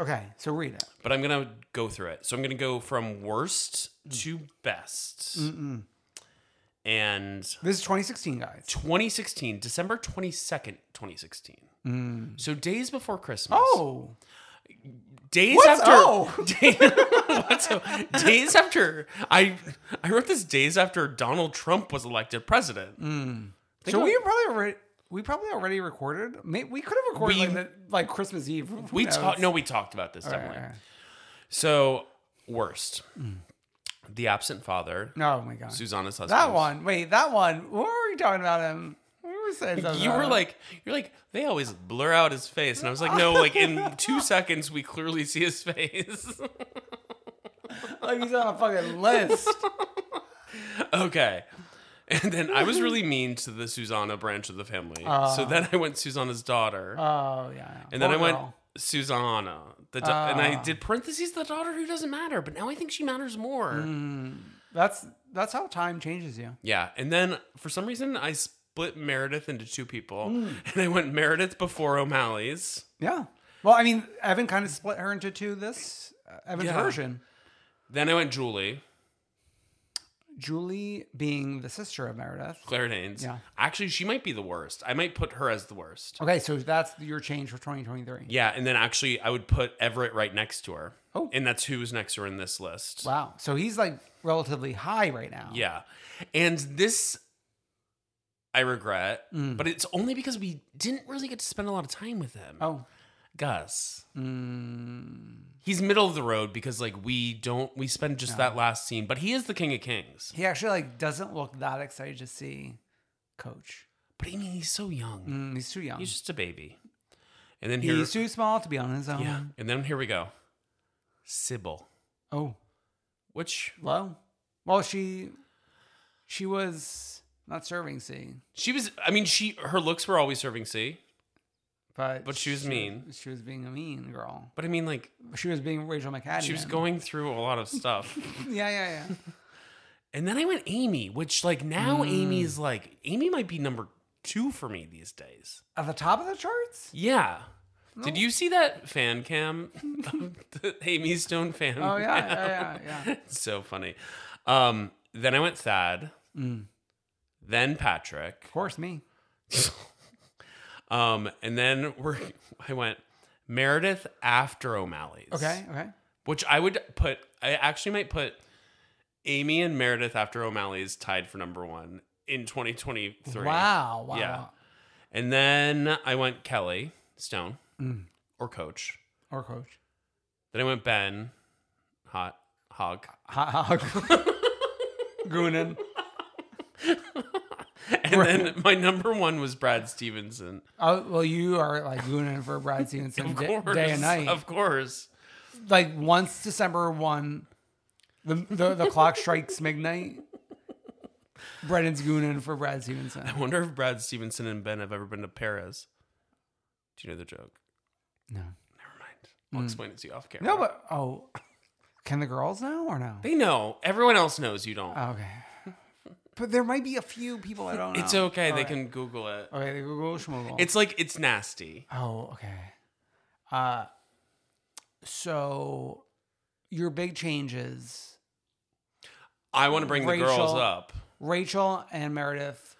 [SPEAKER 3] Okay, so read it.
[SPEAKER 4] but I'm gonna go through it. So I'm gonna go from worst
[SPEAKER 3] Mm.
[SPEAKER 4] to best. And
[SPEAKER 3] This is 2016, guys.
[SPEAKER 4] 2016, December 22nd, 2016. So days before Christmas.
[SPEAKER 3] Mm. Oh,
[SPEAKER 4] days
[SPEAKER 3] What's-
[SPEAKER 4] after.
[SPEAKER 3] oh!
[SPEAKER 4] Day- what's- days after I I wrote this days after Donald Trump was elected president.
[SPEAKER 3] Mm,
[SPEAKER 4] Think
[SPEAKER 3] so we
[SPEAKER 4] about-
[SPEAKER 3] probably already we probably already recorded. May we could have recorded
[SPEAKER 4] We-
[SPEAKER 3] like, the, like Christmas Eve. Who
[SPEAKER 4] we
[SPEAKER 3] knows?
[SPEAKER 4] talked. No, we talked about this
[SPEAKER 3] All right,
[SPEAKER 4] definitely.
[SPEAKER 3] all right. Mm.
[SPEAKER 4] So worst, the absent father,
[SPEAKER 3] No, oh my god,
[SPEAKER 4] Susanna's husband.
[SPEAKER 3] that one. Wait, that one. What were we talking about him? We were saying something.
[SPEAKER 4] You
[SPEAKER 3] about
[SPEAKER 4] were
[SPEAKER 3] him.
[SPEAKER 4] like, you're like, they always blur out his face, and I was like, no, like in two seconds we clearly see his face.
[SPEAKER 3] like he's on a fucking list.
[SPEAKER 4] okay, and then I was really mean to the Susanna branch of the family, so then I went Susanna's daughter,
[SPEAKER 3] Oh yeah, yeah.
[SPEAKER 4] and then
[SPEAKER 3] Poor
[SPEAKER 4] I went
[SPEAKER 3] girl. Ah.
[SPEAKER 4] Susanna, the da- and I did parentheses the daughter who doesn't matter, but now I think she matters more.
[SPEAKER 3] Hmm. That's that's how time changes you.
[SPEAKER 4] Yeah, and then for some reason I split Meredith into two people,
[SPEAKER 3] Hmm.
[SPEAKER 4] and I went Meredith before O'Malley's.
[SPEAKER 3] Yeah. Well, I mean, Evan kind of split her into two. This uh, Evan's
[SPEAKER 4] Yeah.
[SPEAKER 3] version.
[SPEAKER 4] Then I went Julie.
[SPEAKER 3] Julie being the sister of Meredith.
[SPEAKER 4] Claire Danes.
[SPEAKER 3] Yeah.
[SPEAKER 4] Actually, she might be the worst. I might put her as the worst.
[SPEAKER 3] Okay, so that's your change for 2023.
[SPEAKER 4] Yeah, and then actually, I would put Everett right next to her.
[SPEAKER 3] Oh.
[SPEAKER 4] And that's who's next to her in this list.
[SPEAKER 3] Wow. So he's like relatively high right now.
[SPEAKER 4] Yeah. And this, I regret,
[SPEAKER 3] Mm.
[SPEAKER 4] but it's only because we didn't really get to spend a lot of time with him.
[SPEAKER 3] Oh. Mm.
[SPEAKER 4] Gus. He's middle of the road because, like, we don't, we spend just that last scene, but he is the king of kings.
[SPEAKER 3] He actually like doesn't look that excited to see Coach.
[SPEAKER 4] But I mean, he's so young.
[SPEAKER 3] Mm, he's too young.
[SPEAKER 4] He's
[SPEAKER 3] He's,
[SPEAKER 4] just a baby. And then here,
[SPEAKER 3] too small to be on his own.
[SPEAKER 4] yeah. And then here we go. Sybil.
[SPEAKER 3] Oh,
[SPEAKER 4] which
[SPEAKER 3] low. Well, she she was not serving C,
[SPEAKER 4] she was i mean she her looks were always serving c
[SPEAKER 3] but
[SPEAKER 4] But she was mean.
[SPEAKER 3] She was being a mean girl.
[SPEAKER 4] but i mean like
[SPEAKER 3] She was being Rachel McAdams.
[SPEAKER 4] she was going through a lot of stuff
[SPEAKER 3] Yeah, yeah, yeah.
[SPEAKER 4] and then i went amy which like now
[SPEAKER 3] Mm.
[SPEAKER 4] amy's like amy might be number two for me these days
[SPEAKER 3] At the top of the charts.
[SPEAKER 4] yeah did you see that fan cam the amy stone fan
[SPEAKER 3] Oh yeah, yeah, yeah, yeah.
[SPEAKER 4] it's so funny um then i went thad
[SPEAKER 3] Mm.
[SPEAKER 4] then patrick
[SPEAKER 3] Of course, me.
[SPEAKER 4] um and then we're i went meredith after o'malley's
[SPEAKER 3] Okay, okay.
[SPEAKER 4] which I would put. I actually might put Amy and Meredith after O'Malley's tied for number one in 2023.
[SPEAKER 3] Wow, wow.
[SPEAKER 4] Yeah. And then I went Kelly Stone or Coach.
[SPEAKER 3] Or coach.
[SPEAKER 4] Then I went Ben Hot Hog,
[SPEAKER 3] Hog. Goonin.
[SPEAKER 4] and then my number one was Brad Stevenson.
[SPEAKER 3] Oh, well, you are like gooning for Brad Stevenson
[SPEAKER 4] Of
[SPEAKER 3] da-
[SPEAKER 4] course,
[SPEAKER 3] day and night.
[SPEAKER 4] Of course.
[SPEAKER 3] like once December one, the the, the clock strikes midnight. Brendan's gooning for Brad Stevenson.
[SPEAKER 4] I wonder if Brad Stevenson and Ben have ever been to Paris. Do you know the joke?
[SPEAKER 3] No, Mm.
[SPEAKER 4] Never mind. I'll explain it to you off camera.
[SPEAKER 3] no, but oh, can the girls know or no?
[SPEAKER 4] they know. Everyone else knows you don't.
[SPEAKER 3] Okay, but there might be a few people I don't know.
[SPEAKER 4] It's okay.
[SPEAKER 3] All
[SPEAKER 4] they
[SPEAKER 3] right.
[SPEAKER 4] can Google it.
[SPEAKER 3] Okay, they Google Schmoogle.
[SPEAKER 4] It's like it's nasty.
[SPEAKER 3] Oh, okay. Uh so your big changes
[SPEAKER 4] I want to bring the girls
[SPEAKER 3] Rachel.
[SPEAKER 4] up.
[SPEAKER 3] Rachel and Meredith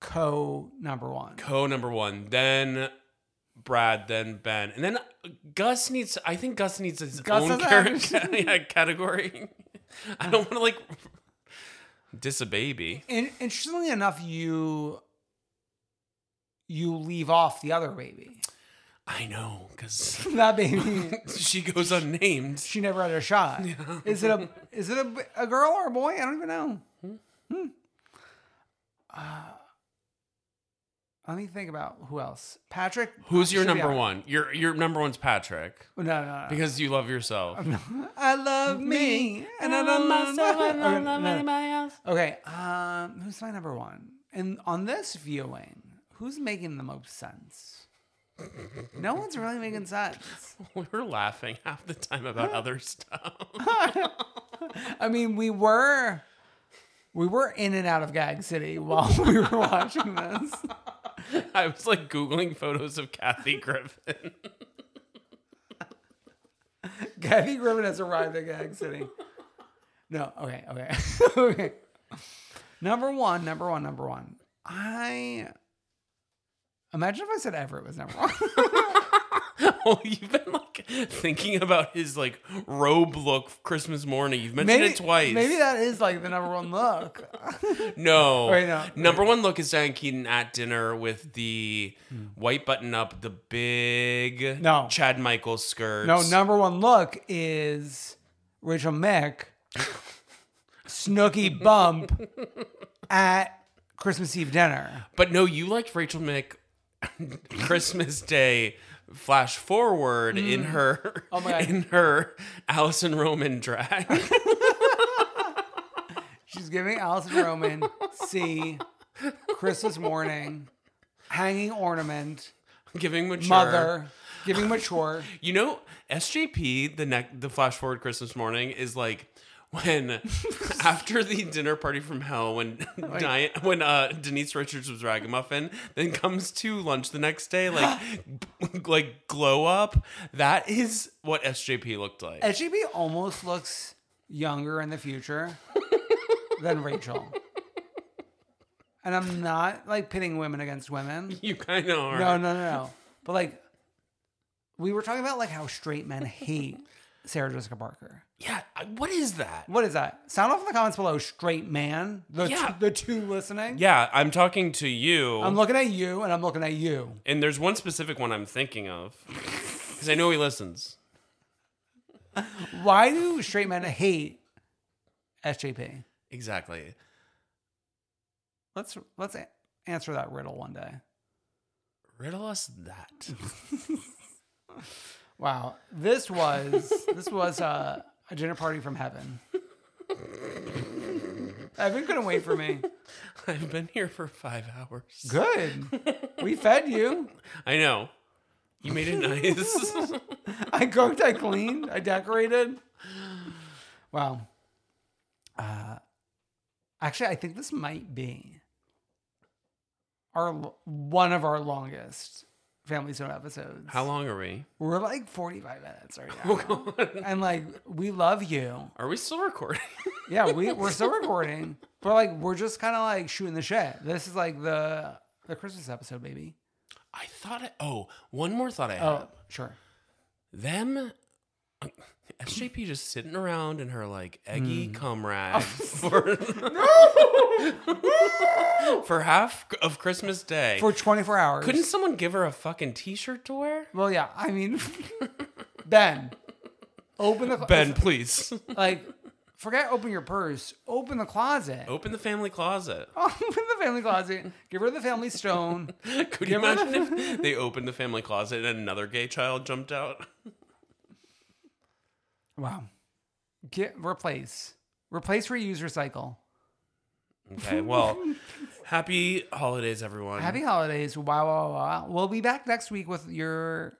[SPEAKER 3] co number 1.
[SPEAKER 4] Co number one, then Brad, then Ben, and then Gus needs. I think Gus needs his
[SPEAKER 3] Gus
[SPEAKER 4] own
[SPEAKER 3] has
[SPEAKER 4] car- yeah, category. I don't want to like diss a baby.
[SPEAKER 3] And interestingly enough you you leave off the other baby.
[SPEAKER 4] I know, because
[SPEAKER 3] That baby,
[SPEAKER 4] she goes unnamed.
[SPEAKER 3] she never had a shot. Is it a is it a, a girl or a boy? I don't even know. Hmm. Uh, let me think about who else. Patrick.
[SPEAKER 4] Who's your
[SPEAKER 3] should be
[SPEAKER 4] number
[SPEAKER 3] out.
[SPEAKER 4] one? Your your number one's Patrick
[SPEAKER 3] No, no, no.
[SPEAKER 4] because you love yourself.
[SPEAKER 3] I love me and I love myself. I don't love anybody else. Okay, um, who's my number one? And on this viewing, who's making the most sense? No one's really making sense.
[SPEAKER 4] We were laughing half the time about other stuff.
[SPEAKER 3] I mean, we were we were in and out of Gag City while we were watching this.
[SPEAKER 4] I was like googling photos of Kathy Griffin.
[SPEAKER 3] Kathy Griffin has arrived at Gag City. No, okay, okay, okay. Number one, number one, number one. I imagine if I said Everett was number one.
[SPEAKER 4] oh, you've been like thinking about his like robe look Christmas morning. You've mentioned it twice.
[SPEAKER 3] Maybe that is like the number one look.
[SPEAKER 4] No.
[SPEAKER 3] Wait, no.
[SPEAKER 4] Number one look is Diane Keaton at dinner with the white button up, the big
[SPEAKER 3] No.
[SPEAKER 4] Chad Michaels skirt.
[SPEAKER 3] no, number one look is Rachel Mick, Snooky Bump at Christmas Eve dinner.
[SPEAKER 4] But no, you liked Rachel Mick Christmas Day flash forward in her
[SPEAKER 3] Oh my God.
[SPEAKER 4] in her Allison Roman drag.
[SPEAKER 3] She's giving Allison Roman C Christmas morning, hanging ornament,
[SPEAKER 4] giving mature.
[SPEAKER 3] mother, giving mature.
[SPEAKER 4] You know, SJP, the neck the flash forward Christmas morning is like when after the dinner party from hell when Diane, when uh, Denise Richards was ragamuffin, then comes to lunch the next day like like glow up. That is what SJP looked like.
[SPEAKER 3] SGB almost looks younger in the future than Rachel. And I'm not like pitting women against women.
[SPEAKER 4] you kind of are.
[SPEAKER 3] No, no, no, no. But like, we were talking about like how straight men hate Sarah Jessica Parker.
[SPEAKER 4] Yeah, I- what is that?
[SPEAKER 3] What is that? Sound off in the comments below. Straight man, the
[SPEAKER 4] Yeah.
[SPEAKER 3] two, the two listening.
[SPEAKER 4] Yeah, I'm talking to you.
[SPEAKER 3] I'm looking at you, and I'm looking at you.
[SPEAKER 4] and there's one specific one I'm thinking of because I know he listens.
[SPEAKER 3] Why do straight men hate SJP?
[SPEAKER 4] Exactly.
[SPEAKER 3] Let's let's a- answer that riddle one day.
[SPEAKER 4] Riddle us that.
[SPEAKER 3] Wow, this was this was uh, a dinner party from heaven. Evan couldn't wait for me.
[SPEAKER 4] I've been here for five hours.
[SPEAKER 3] Good. We fed you.
[SPEAKER 4] I know. You made it nice.
[SPEAKER 3] I cooked, I cleaned, I decorated. Wow. Uh, actually, I think this might be our l- one of our longest Family Zone episodes.
[SPEAKER 4] How Oh, long are we?
[SPEAKER 3] We're like 45 minutes right now. and like, we love you.
[SPEAKER 4] Are we still recording?
[SPEAKER 3] Yeah, we, we're still recording, but like, we're just kind of like shooting the shit. This is like the the Christmas episode, baby.
[SPEAKER 4] I thought. I, oh, one more thought I had.
[SPEAKER 3] Oh, sure.
[SPEAKER 4] Them. uh, SJP just sitting around in her like eggy comrade for, for half of Christmas Day.
[SPEAKER 3] For 24 hours.
[SPEAKER 4] Couldn't someone give her a fucking t-shirt to wear?
[SPEAKER 3] Well, yeah. I mean, Ben, open the clo-
[SPEAKER 4] Ben, please
[SPEAKER 3] like forget open your purse. Open the closet.
[SPEAKER 4] open the family closet.
[SPEAKER 3] Open the family closet. Give her the family stone.
[SPEAKER 4] Could you
[SPEAKER 3] Give her the-
[SPEAKER 4] imagine if they opened the family closet and another gay child jumped out?
[SPEAKER 3] Wow. Get replace. Replace, reuse, recycle.
[SPEAKER 4] Okay, well, happy holidays, everyone.
[SPEAKER 3] Happy holidays. Wow, wow, wow. We'll be back next week with your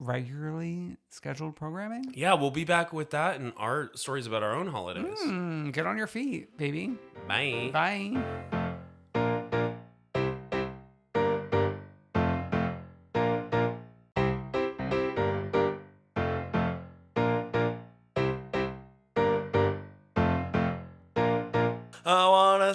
[SPEAKER 3] regularly scheduled programming.
[SPEAKER 4] Yeah, we'll be back with that and our stories about our own holidays.
[SPEAKER 3] Mm, get on your feet, baby.
[SPEAKER 4] Bye.
[SPEAKER 3] Bye.
[SPEAKER 2] I wanna